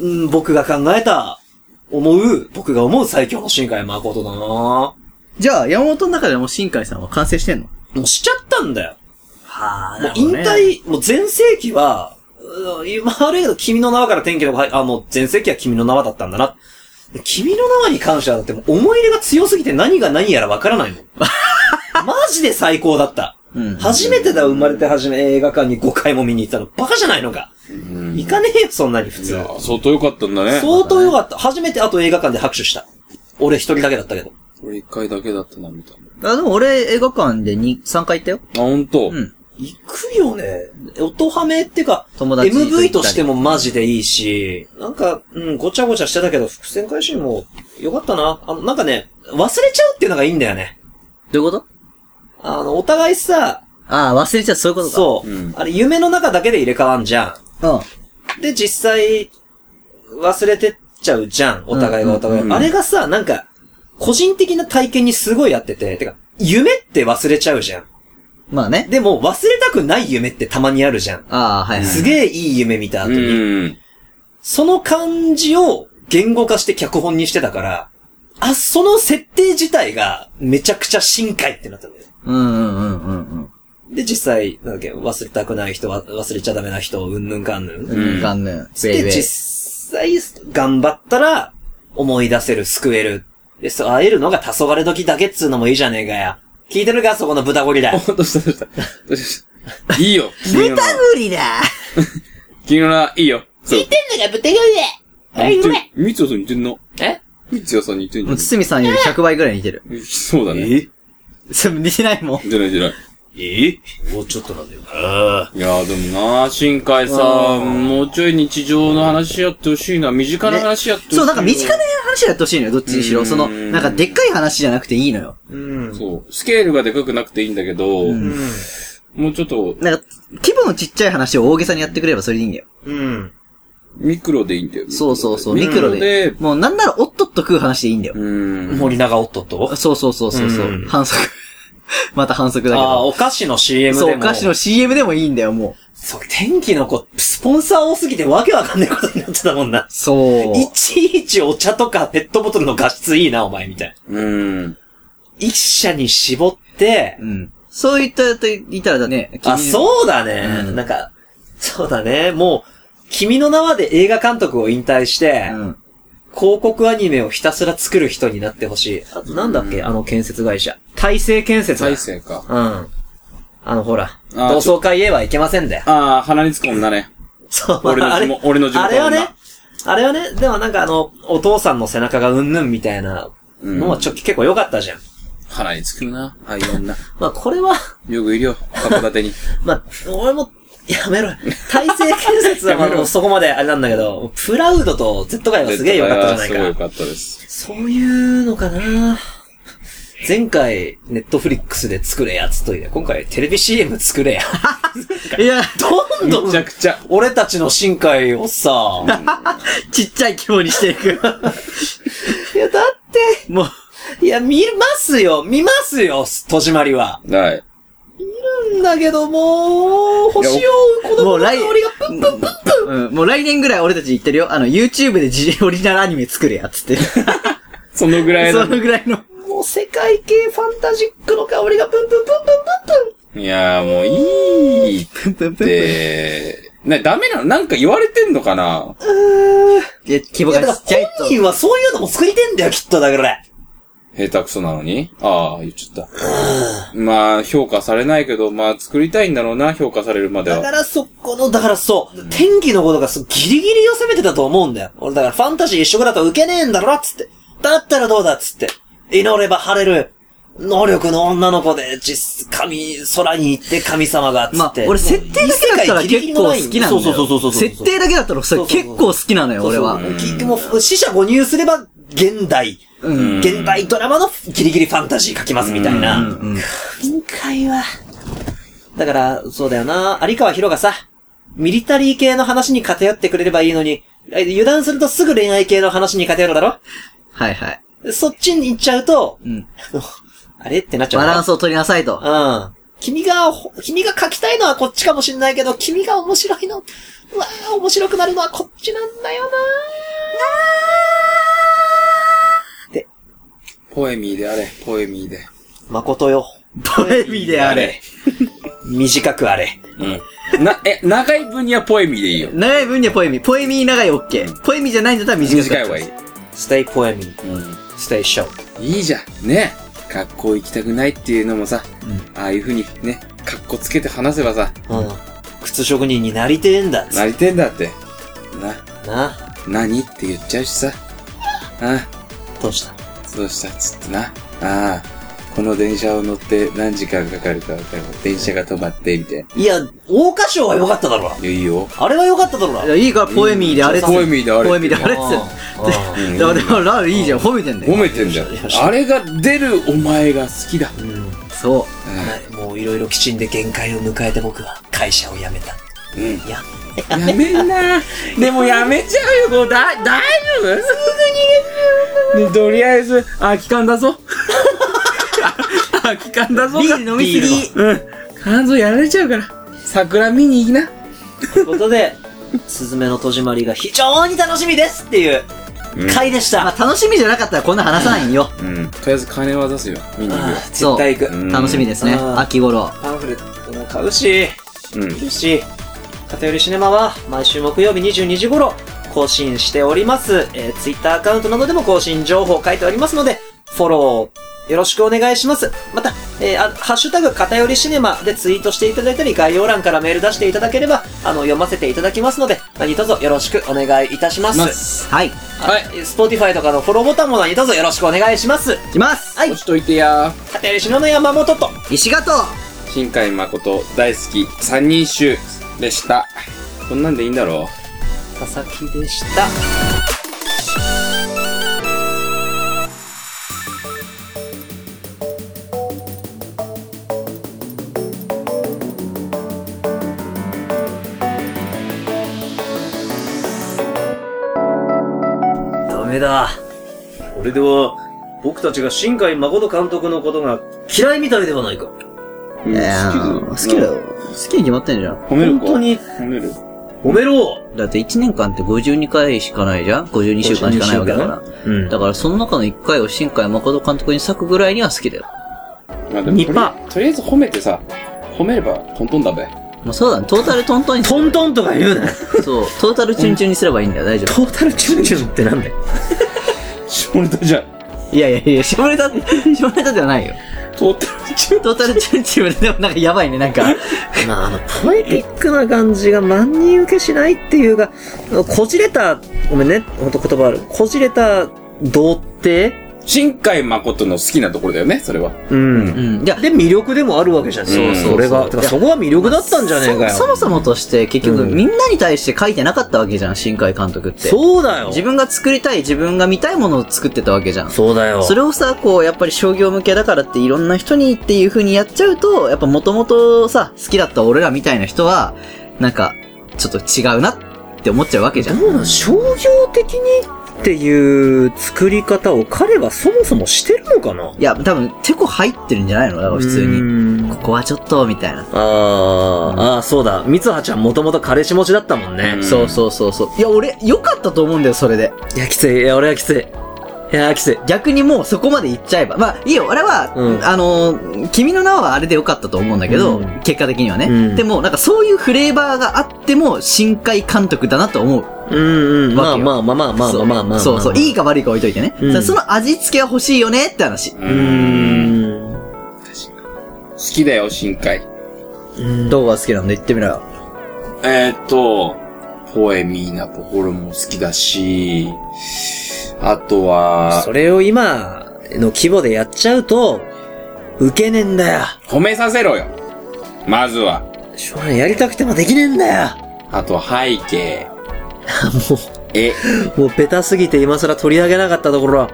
A: うん、僕が考えた、思う、僕が思う最強の新海誠だなぁ。
B: [LAUGHS] じゃあ、山本の中でも新海さんは完成してんの
A: もうしちゃったんだよ。
B: は
A: もう引退、もう全盛期は、うん今あるけど、君の名はから天気の子、はい、あ、もう全盛期は君の名はだったんだな。君の名はに関しては、だってもう思い入れが強すぎて何が何やらわから
C: [LAUGHS]
A: ないもん。マジで最高だった。
B: うん。
A: 初めてだ、生まれて初め映画館に5回も見に行ったの。バカじゃないのか。
C: うん。
A: 行かねえよ、そんなに普
C: い
A: 通。
C: や、相当良かったんだね。
A: 相当良かった。初めてあと映画館で拍手した。俺一人だけだったけど。
C: 俺一回だけだったな、見たの。
B: あ、でも俺映画館で2、3回行ったよ。
C: あ、ほんと
B: うん。
A: 行くよね。音ハメってか、
B: 友達と行ったり
A: MV としてもマジでいいし、なんか、うん、ごちゃごちゃしてたけど、伏線回収もよかったな。あの、なんかね、忘れちゃうっていうのがいいんだよね。
B: どういうこと
A: あの、お互いさ、
B: ああ、忘れちゃう、そういうことか。
A: そう、
C: うん
A: あれ夢の中だけで入れ替わんじゃ
B: う。うん。
A: ん。で、実際、忘れてっちゃうじゃん。お互いがお互い。
C: うんうんうん
A: あれがさ、なんか、個人的な体験にすごいやってて、てか、夢って忘れちゃうじゃん。
B: まあね。
A: でも、忘れたくない夢ってたまにあるじゃん。
B: ああ、はいはい。
A: すげえいい夢見た後
C: う
A: に。
C: ん。
A: その感じを言語化して脚本にしてたから、あ、その設定自体がめちゃくちゃ深海ってなったんだよ。
B: うんうんうんうん
A: で、実際、なんだっけ、忘れたくない人は、忘れちゃダメな人、うんぬんかんぬん。
B: うん。うん。残念。ベイ
A: で、
B: ベイ。
A: 実際、頑張ったら、思い出せる、救える。で、そう、会えるのが黄昏時だけっつうのもいいじゃねえかや。聞いてるか、そこの豚ゴリラ。
C: どうしたどうしたどうしたいいよ。君の
B: 豚
C: 名
B: ぶりだ
C: 君の名、いいよ。そう。
A: んのが豚ゴリ
C: 似てる三つよさん似てんの。
A: え
C: 三つよさん似てんじ
B: [LAUGHS] も
C: ゃ
B: う、
C: ん
B: つ。みさんより100倍ぐらい似てる。
C: えそうだね。
B: [LAUGHS] それ似てないもん。
C: じゃないじゃない。
A: えもうちょっとなんだよな。
C: いやーでもなー、新海さ
B: あー
C: ん、もうちょい日常の話やってほしいな。身近な話やってほしい、
B: [LAUGHS] そう、なんか身近な話やってほしいのよ、どっちにし
C: う
B: ろ。
C: ん
B: その、なんかでっかい話じゃなくていいのよ。
A: うん。
C: そう。スケールがでかくなくていいんだけど、
B: うん。
C: もうちょっと、
B: なんか、規模のちっちゃい話を大げさにやってくれればそれでいいんだよ。
A: うん。
C: ミクロでいいんだよ。
B: そうそうそう、
C: ミ
B: ミ
C: ク
B: ク
C: ロ
B: ロ
C: で
B: で。もうなんならおっとっと食う話でいいんだよ。
C: うん。
A: 森永夫と
B: そうそうそうそうそう、
A: うん
B: 反則。 [LAUGHS] また反則だけ
A: ああ、
B: ど。
A: お菓子の CM でも。
B: そう、お菓子の CM でもいいんだよ、もう。
A: そう、天気の子、スポンサー多すぎてわけわかんないことになってたもんな。
B: そう。
A: いちいちお茶とかペットボトルの画質いいな、お前、みたいな。
C: うん。
A: 一社に絞って
B: う、ん。そういったと言ったらだね。
A: あ、
B: う
A: そうだね、
B: うん
A: なんか、そうだね。もう、君の名はで映画監督を引退して、
B: うん。
A: 広告アニメをひたすら作る人になってほしい。あと、なんだっけ、あの建設会社。大成建設だ
C: 大成か。
A: うん。あの、ほら、
C: あー
A: 同窓会へはいけませんだよ。
C: ああ、鼻につく女ね。
A: そう、
C: 俺の
A: あれ
C: 地元俺の地元
A: あれは
C: の
A: ね
C: 女、
A: あれはね、でもなんかあの、お父さんの背中がうんぬんみたいなのはちょ、結構良かったじゃん。
C: 鼻につくな。ああいう女。
A: まあこ
B: [LAUGHS]
A: れは、
C: よくいるよ。函
A: [LAUGHS]
C: 館に。
A: まあ、俺も、やめろ。 [LAUGHS] 体制建設はまあ
C: やめろ
A: もうそこまであれなんだけど、プラウドと Z 界はすげえ良かったじゃない
C: すごい良
A: か。
C: かったです。
A: そういうのかな前回、ネットフリックスで作れやつといて、今回テレビ CM 作 [LAUGHS] れや。
B: いや、
A: どんど
C: めちゃ
A: ん、
C: くちゃ。
A: 俺たちの深海をさ、
B: ちっちゃい規模にしていく。 [LAUGHS]
A: いや、だって、
B: もう、
A: いや、見ますよ見ますよ戸締まりは。
C: はい。
A: んだけどもう、星を追う子
B: も
A: 供
B: う
A: の香
B: 来
A: りがプンプンプンプン
B: うん、もう来年ぐらい俺たち言ってるよ。あの、YouTube で自オリジナルアニメ作れや、つって。
C: そのぐらい
B: [LAUGHS] そ
C: の。
B: のぐらいの。
A: もう世界系ファンタジックの香りがプンプンプンプンプンプ
C: いやーもういいっ
B: プンプンプンプン。 [LAUGHS] い
C: て。な、ダメなのなんか言われてんのかな
B: や、規模
A: ン。いや、
B: が
A: だ
B: ちっ
A: か
B: ちゃい
A: ら本人はそういうのも作りてんだよ、きっとだから。
C: 下手くそなのにああ、言っちゃった。まあ、評価されないけど、まあ、作りたいんだろうな、評価されるまで
A: だか
C: は。
A: らそこの、だからそう、天気のことがそうギリギリを攻めてたと思うんだよ。俺だからファンタジー一色だと受けねえんだろ、つって。だったらどうだ、つって。祈れば晴れる。能力の女の子で、実、神、空に行って神様が、つ
B: まあ
A: って。、
B: 俺設定だけだったら結構好きなんだよ。
A: そうそうそうそうそうそう
B: 設定だけだったらそれ結構好きなのよ、俺
A: そ
B: は。
A: うそう結局もう、死者誤入すれば現代、現代ドラマのギリギリファンタジー書きますみたいな。今回は、だから、そうだよな。有川博がさ、ミリタリー系の話に偏ってくれればいいのに、あ油断するとすぐ恋愛系の話に偏るだろ
B: はいはい。
A: そっちに行っちゃうと、
B: うん
A: あのあれってなっちゃう
B: バ
A: な
B: ランスを取りなさいと。
A: うん。君が、ほ君が書きたいのはこっちかもしんないけど、君が面白いの、うわー面白くなるのはこっちなんだよな
C: ポエミーであれ、ポエミーで。
A: ー誠よ。
B: ポエミであれ。
A: 短くあれ。
C: うん。な、え、長い分にはポエミーでいいよ。
B: 長い分にはポエミ。ポエミ長いオッケー。ポエミじゃないんだったら短く。
C: 短い方がいい。
A: stay poemy, stay show.
C: いいじゃん。ね。学校行きたくないっていうのもさ、ああいうふうにね、格好つけて話せばさ、
A: うん。靴職人になりてえんだっつ
C: なりてんだって。な、
A: ってな。
C: 何って言っちゃうしさ。あ
A: どうした
C: あ、そうしたっつってな。ああ、この電車を乗って何時間かかるかわかる。電車が止まって、みたいな。
A: いや、桜花賞は良かっただろうな。
C: いいよ。
A: あれは良かっただろうな。
B: いやいいからポエミであれっつう
C: ポエミであれ
B: ポエミであれっつう
A: う
C: うん
B: だからだからラールいいじゃん。褒めてんだ
C: 褒
B: よ。
C: めてんだよ。あれが出るお前が好きだ。
A: んうん
B: そ
A: はいもういろいろきちんで限界を迎えて僕は会社を辞めた。
C: うん。
A: いや、
C: やめんな。でもやめちゃうよ。こうだ、大丈夫すぐに。とりあえず、空き缶だぞ。空き缶だぞ。
B: う。ビール飲みすぎ。
C: うん。肝臓やられちゃうから。桜見に行きな。
A: ということで、スズメの戸締まりが非常に楽しみですっていう回でした。
B: まあ楽しみじゃなかったらこんな話さないんよ。
C: うん。とりあえず金は出すよ。見に行
A: あ
C: く
A: ー絶対行く。
C: うん
B: 楽しみですね。
A: うん
B: 秋頃。
A: パンフレットも買うし、
C: よ。う
A: 見るし、片寄りシネマは毎週木曜日22時頃更新しております。えー、Twitter アカウントなどでも更新情報を書いておりますので、フォローよろしくお願いします。また、えーあハッシュタグ片寄りシネマでツイートしていただいたり、概要欄からメール出していただければ、あの、読ませていただきますので、何卒よろしくお願いいたします。
B: はい。
A: はい。Spotify とかのフォローボタンも何卒よろしくお願いします。
B: いきます。
A: はい
C: 押。しといてや
A: 片寄りシネマ山本と、
B: 石形
C: 新海誠大好き三人衆でした。こんなんでいいんだろう
A: 佐々木でした。
G: ダメだ。これでは、僕たちが新海誠監督のことが嫌いみたいではないか。
C: うん
B: いやー好きだよ。好きに決まってんじゃん。
C: 褒めるか
G: 本当に
C: 褒める
G: 褒めろ
B: だって1年間って52回しかないじゃん ?52 週間しかないわけだから。
G: うん。
B: だからその中の1回を新海誠監督に割くぐらいには好きだよ。
C: まあでも
G: ニパ
C: とりとりあえず褒めてさ、褒めればトントンだべ。
B: まあそうだね。トータルトントンにす
G: トントンとか言うなよ。
B: そう。トータルチュンチュンにすればいいんだよ。大丈
G: トータルチュンチュンってなんだよ。
C: 下ネタじゃん。
B: 夫。 [LAUGHS] いやいやいや、絞れた、絞れたではないよ。
C: トータル中
B: トータルチュンチュンでもなんかやばいね。なんか、
G: まあ、あの、ポエティックな感じが万人受けしないっていうか、こじれた、ごめんね、ほんと言葉ある。こじれた、童貞
C: 新海誠の好きなところだよね、それは。
G: うん
B: う。ん。いや、
G: で、魅力でもあるわけじゃん。
C: そうそうそう
G: れが。てかそこが魅力だったんじゃねえかよ。
B: そそもそもとして結局
G: うん
B: みんなに対して書いてなかったわけじゃん、新海監督って。
G: そうだよ。
B: 自分が作りたい、自分が見たいものを作ってたわけじゃん。
G: そうだよ。
B: それをさ、こう、やっぱり商業向けだからっていろんな人にっていう風にやっちゃうと、やっぱ元々さ、好きだった俺らみたいな人は、なんか、ちょっと違うなって思っちゃうわけじゃん。
G: どうなん商業的にっていう作り方を彼はそもそもしてるのかない
B: や、多分、テコ入ってるんじゃないのだから普通に。
G: に
B: ここはちょっと、みたいな。
G: あー、あーそうだ。三葉ちゃんもともと彼氏持ちだったもんね。
B: そうそうそうそう。いや、俺、良かったと思うんだよ、それで。
G: いや、きつい。いや、俺はきつい。いや、きつい。
B: 逆にもうそこまで行っちゃえば。まあ、いいよ、俺は、
G: うん
B: あのー、君の名はあれでよかったと思うんだけど、
G: うん
B: 結果的にはね。
G: うん
B: でも、なんかそういうフレーバーがあっても、深海監督だなと思う。
G: うんうん。ま
B: わ
G: あ
B: けよ
G: まあまあまあまあまあまあまあ。
B: そうそう、いいか悪いか置いといてね。
G: うん
B: さその味付けは欲しいよねって話。
C: う
G: う。ん。
C: 好きだよ、新海。
B: どうが好きなんだ言ってみろよ。
C: えーっと、ポエミーなところも好きだし、あとは
G: そ、れを今の規模でやっちゃうと、受けねえんだよ。
C: 褒めさせろよ。まずは。
G: しょうがないやりたくてもできねえんだよ。
C: あとは背景。
G: あもう、
C: え、
A: もうベタすぎて今更取り上げなかったところは、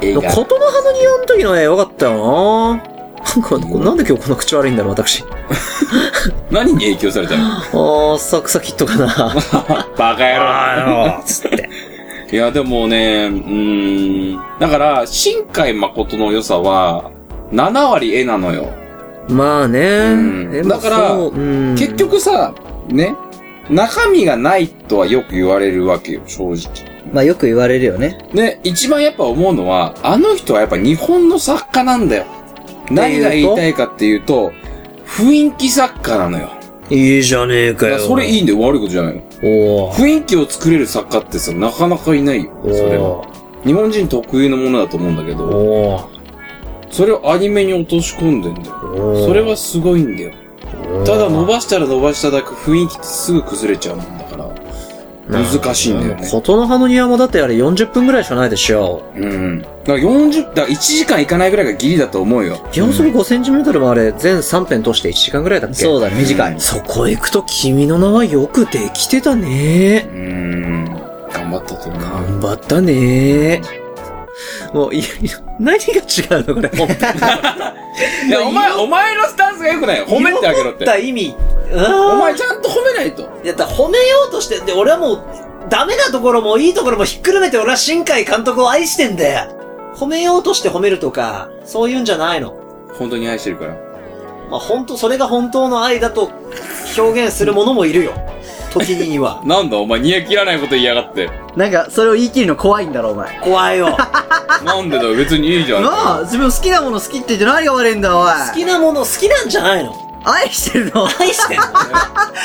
C: え、映
A: 言
C: 画。
A: 葉派の庭の時の絵よかったよななんか、なんで今日こんな口悪いんだろう、私。
C: 何に影響されたの
A: ああ、サクサキットかな。
C: [LAUGHS]
A: [LAUGHS]
C: バカ野郎。
A: つって。
C: いや、でもね、うーん。だから、新海誠の良さは、7割絵なのよ。
A: まあね。
C: ん
A: でも
C: だから
A: そううん
C: 結局さ、ね、中身がないとはよく言われるわけよ、正直。
B: まあよく言われるよね。
C: ね、一番やっぱ思うのは、あの人はやっぱ日本の作家なんだよ。何が言いたいかっていうと、雰囲気作家なのよ。
A: いいじゃねえか
C: いや
A: よ。
C: それいいんだよ、悪いことじゃないの。
A: おー
C: 雰囲気を作れる作家ってさ、なかなかいないよ、そ
A: おー
C: れは。日本人特有のものだと思うんだけど、
A: おー
C: それをアニメに落とし込んでんだよ。
A: おー
C: それはすごいんだよ。
A: おー
C: ただ伸ばしたら伸ばしただけ雰囲気ってすぐ崩れちゃうもんだから、難しいんだよね。
A: 琴の葉の庭もだってあれ40分ぐらいしかないでしょ。
C: うん。だから40、だから1時間いかないぐらいがギリだと思うよ。
A: 秒速5センチメートルもあれ、全3編通して1時間ぐらいだっけ
B: そうだね、短い。
A: そこ行くと君の名はよくできてたね
C: う。ーん。頑張ったというか。
A: 頑張ったね。もう、いやいや何が違うのこ
C: [LAUGHS]
A: れ、本当に
C: いや、お前、お前のスタンスが良くないよ。褒めてあげろっ
A: 言った
C: て。
A: 意味。
C: お
A: お
C: 前ちゃんと褒めないと。
A: やったら褒めようとして、で、俺はもう、ダメなところもいいところもひっくるめて俺は新海監督を愛してんだよ。褒めようとして褒めるとか、そういうんじゃないの。
C: 本当に愛してるから。。
A: まあ、本当、それが本当の愛だと表現するものもいるよ。時には
C: なんだお前、煮え切らないこと言いやがって。
B: なんか、それを言い切るの怖いんだろ、お前。
A: 怖いよ。
C: なんでだよ、別にいいじゃん。
B: なあ、自分好きなもの好きって言って何が悪いんだ、おい。
A: 好きなもの好きなんじゃないの
B: 愛してるの。
A: 愛してん
B: [LAUGHS]
A: の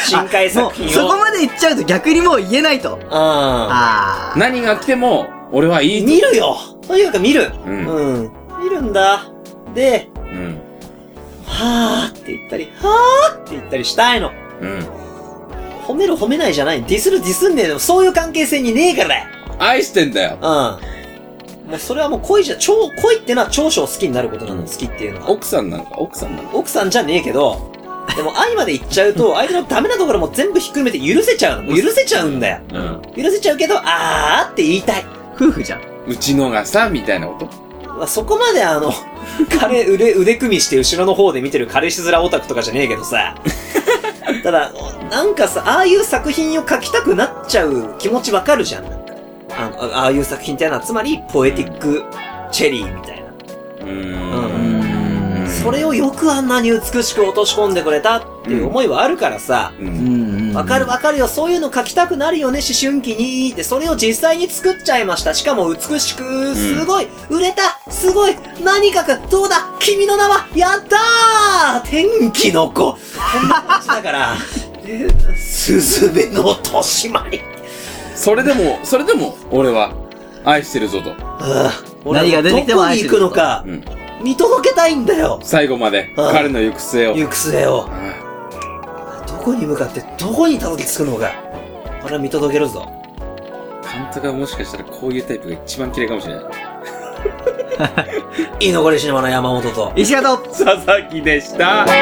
A: 新海
B: も
A: 作品
B: う、
A: を。
B: そこまで言っちゃうと逆にもう言えないと。
A: あ
B: ああ。
C: 何が来ても、俺はい
A: あ。
C: い
A: 見るよというか見る。
C: う。
A: うん
C: うん。
A: ん。見るんだ。で、はーって言ったり、はーって言ったりしたいの。
C: うん。
A: 褒める褒めないじゃない。ディスるディスんねえの。そういう関係性にねえからだよ。
C: 愛してんだよ。
A: うん。もうそれはもう恋じゃ、超、恋ってのは長所を好きになることなの、好きっていうのは。
C: 奥さんなのか、奥さんなのか。
A: 奥さんじゃねえけど、でも愛まで言っちゃうと、相手のダメなところも全部ひっくるめて許せちゃうの。許せちゃうんだよ。
C: うん。
A: 許せちゃうけど、あーって言いたい。
B: 夫婦じゃん。
C: うちのがさ、みたいなこと。
A: まあそこまであの、 [LAUGHS] 彼、腕、腕組みして後ろの方で見てる彼氏面オタクとかじゃねえけどさ。ただ、なんかさ、ああいう作品を描きたくなっちゃう気持ちわかるじゃん。なんかあのあああいう作品ってのは、つまり、ポエティックチェリーみたいな。
C: う
A: ー
C: ん
A: それをよくあんなに美しく落とし込んでくれたっていう思いはあるからさ。
C: う。
B: うんん
A: わかるわかるよ、そういうの書きたくなるよね、思春期に。で、それを実際に作っちゃいました。しかも美しく、すごい、売れた、すごい、何書く、どうだ、君の名は、やったー天気の子。こんな感じだから、 [LAUGHS] ですずめの落としまり。
C: それでも、それでも、俺は、愛してるぞと。
A: うん
B: 何が出てきても
A: 俺はどこに
B: 愛して
A: 行く
B: る
A: のか
C: う、ん。
A: 見届けたいんだよ。
C: 最後まで、
A: ああ
C: 彼の行く末を。
A: 行く末を。
C: ああ
A: どこに向かって、どこにたどり着くのか。これは見届けるぞ。
C: 監督はもしかしたらこういうタイプが一番嫌いかもしれない。
A: 居残り島の山本と。
B: 石形
C: 佐々木でした。
H: 「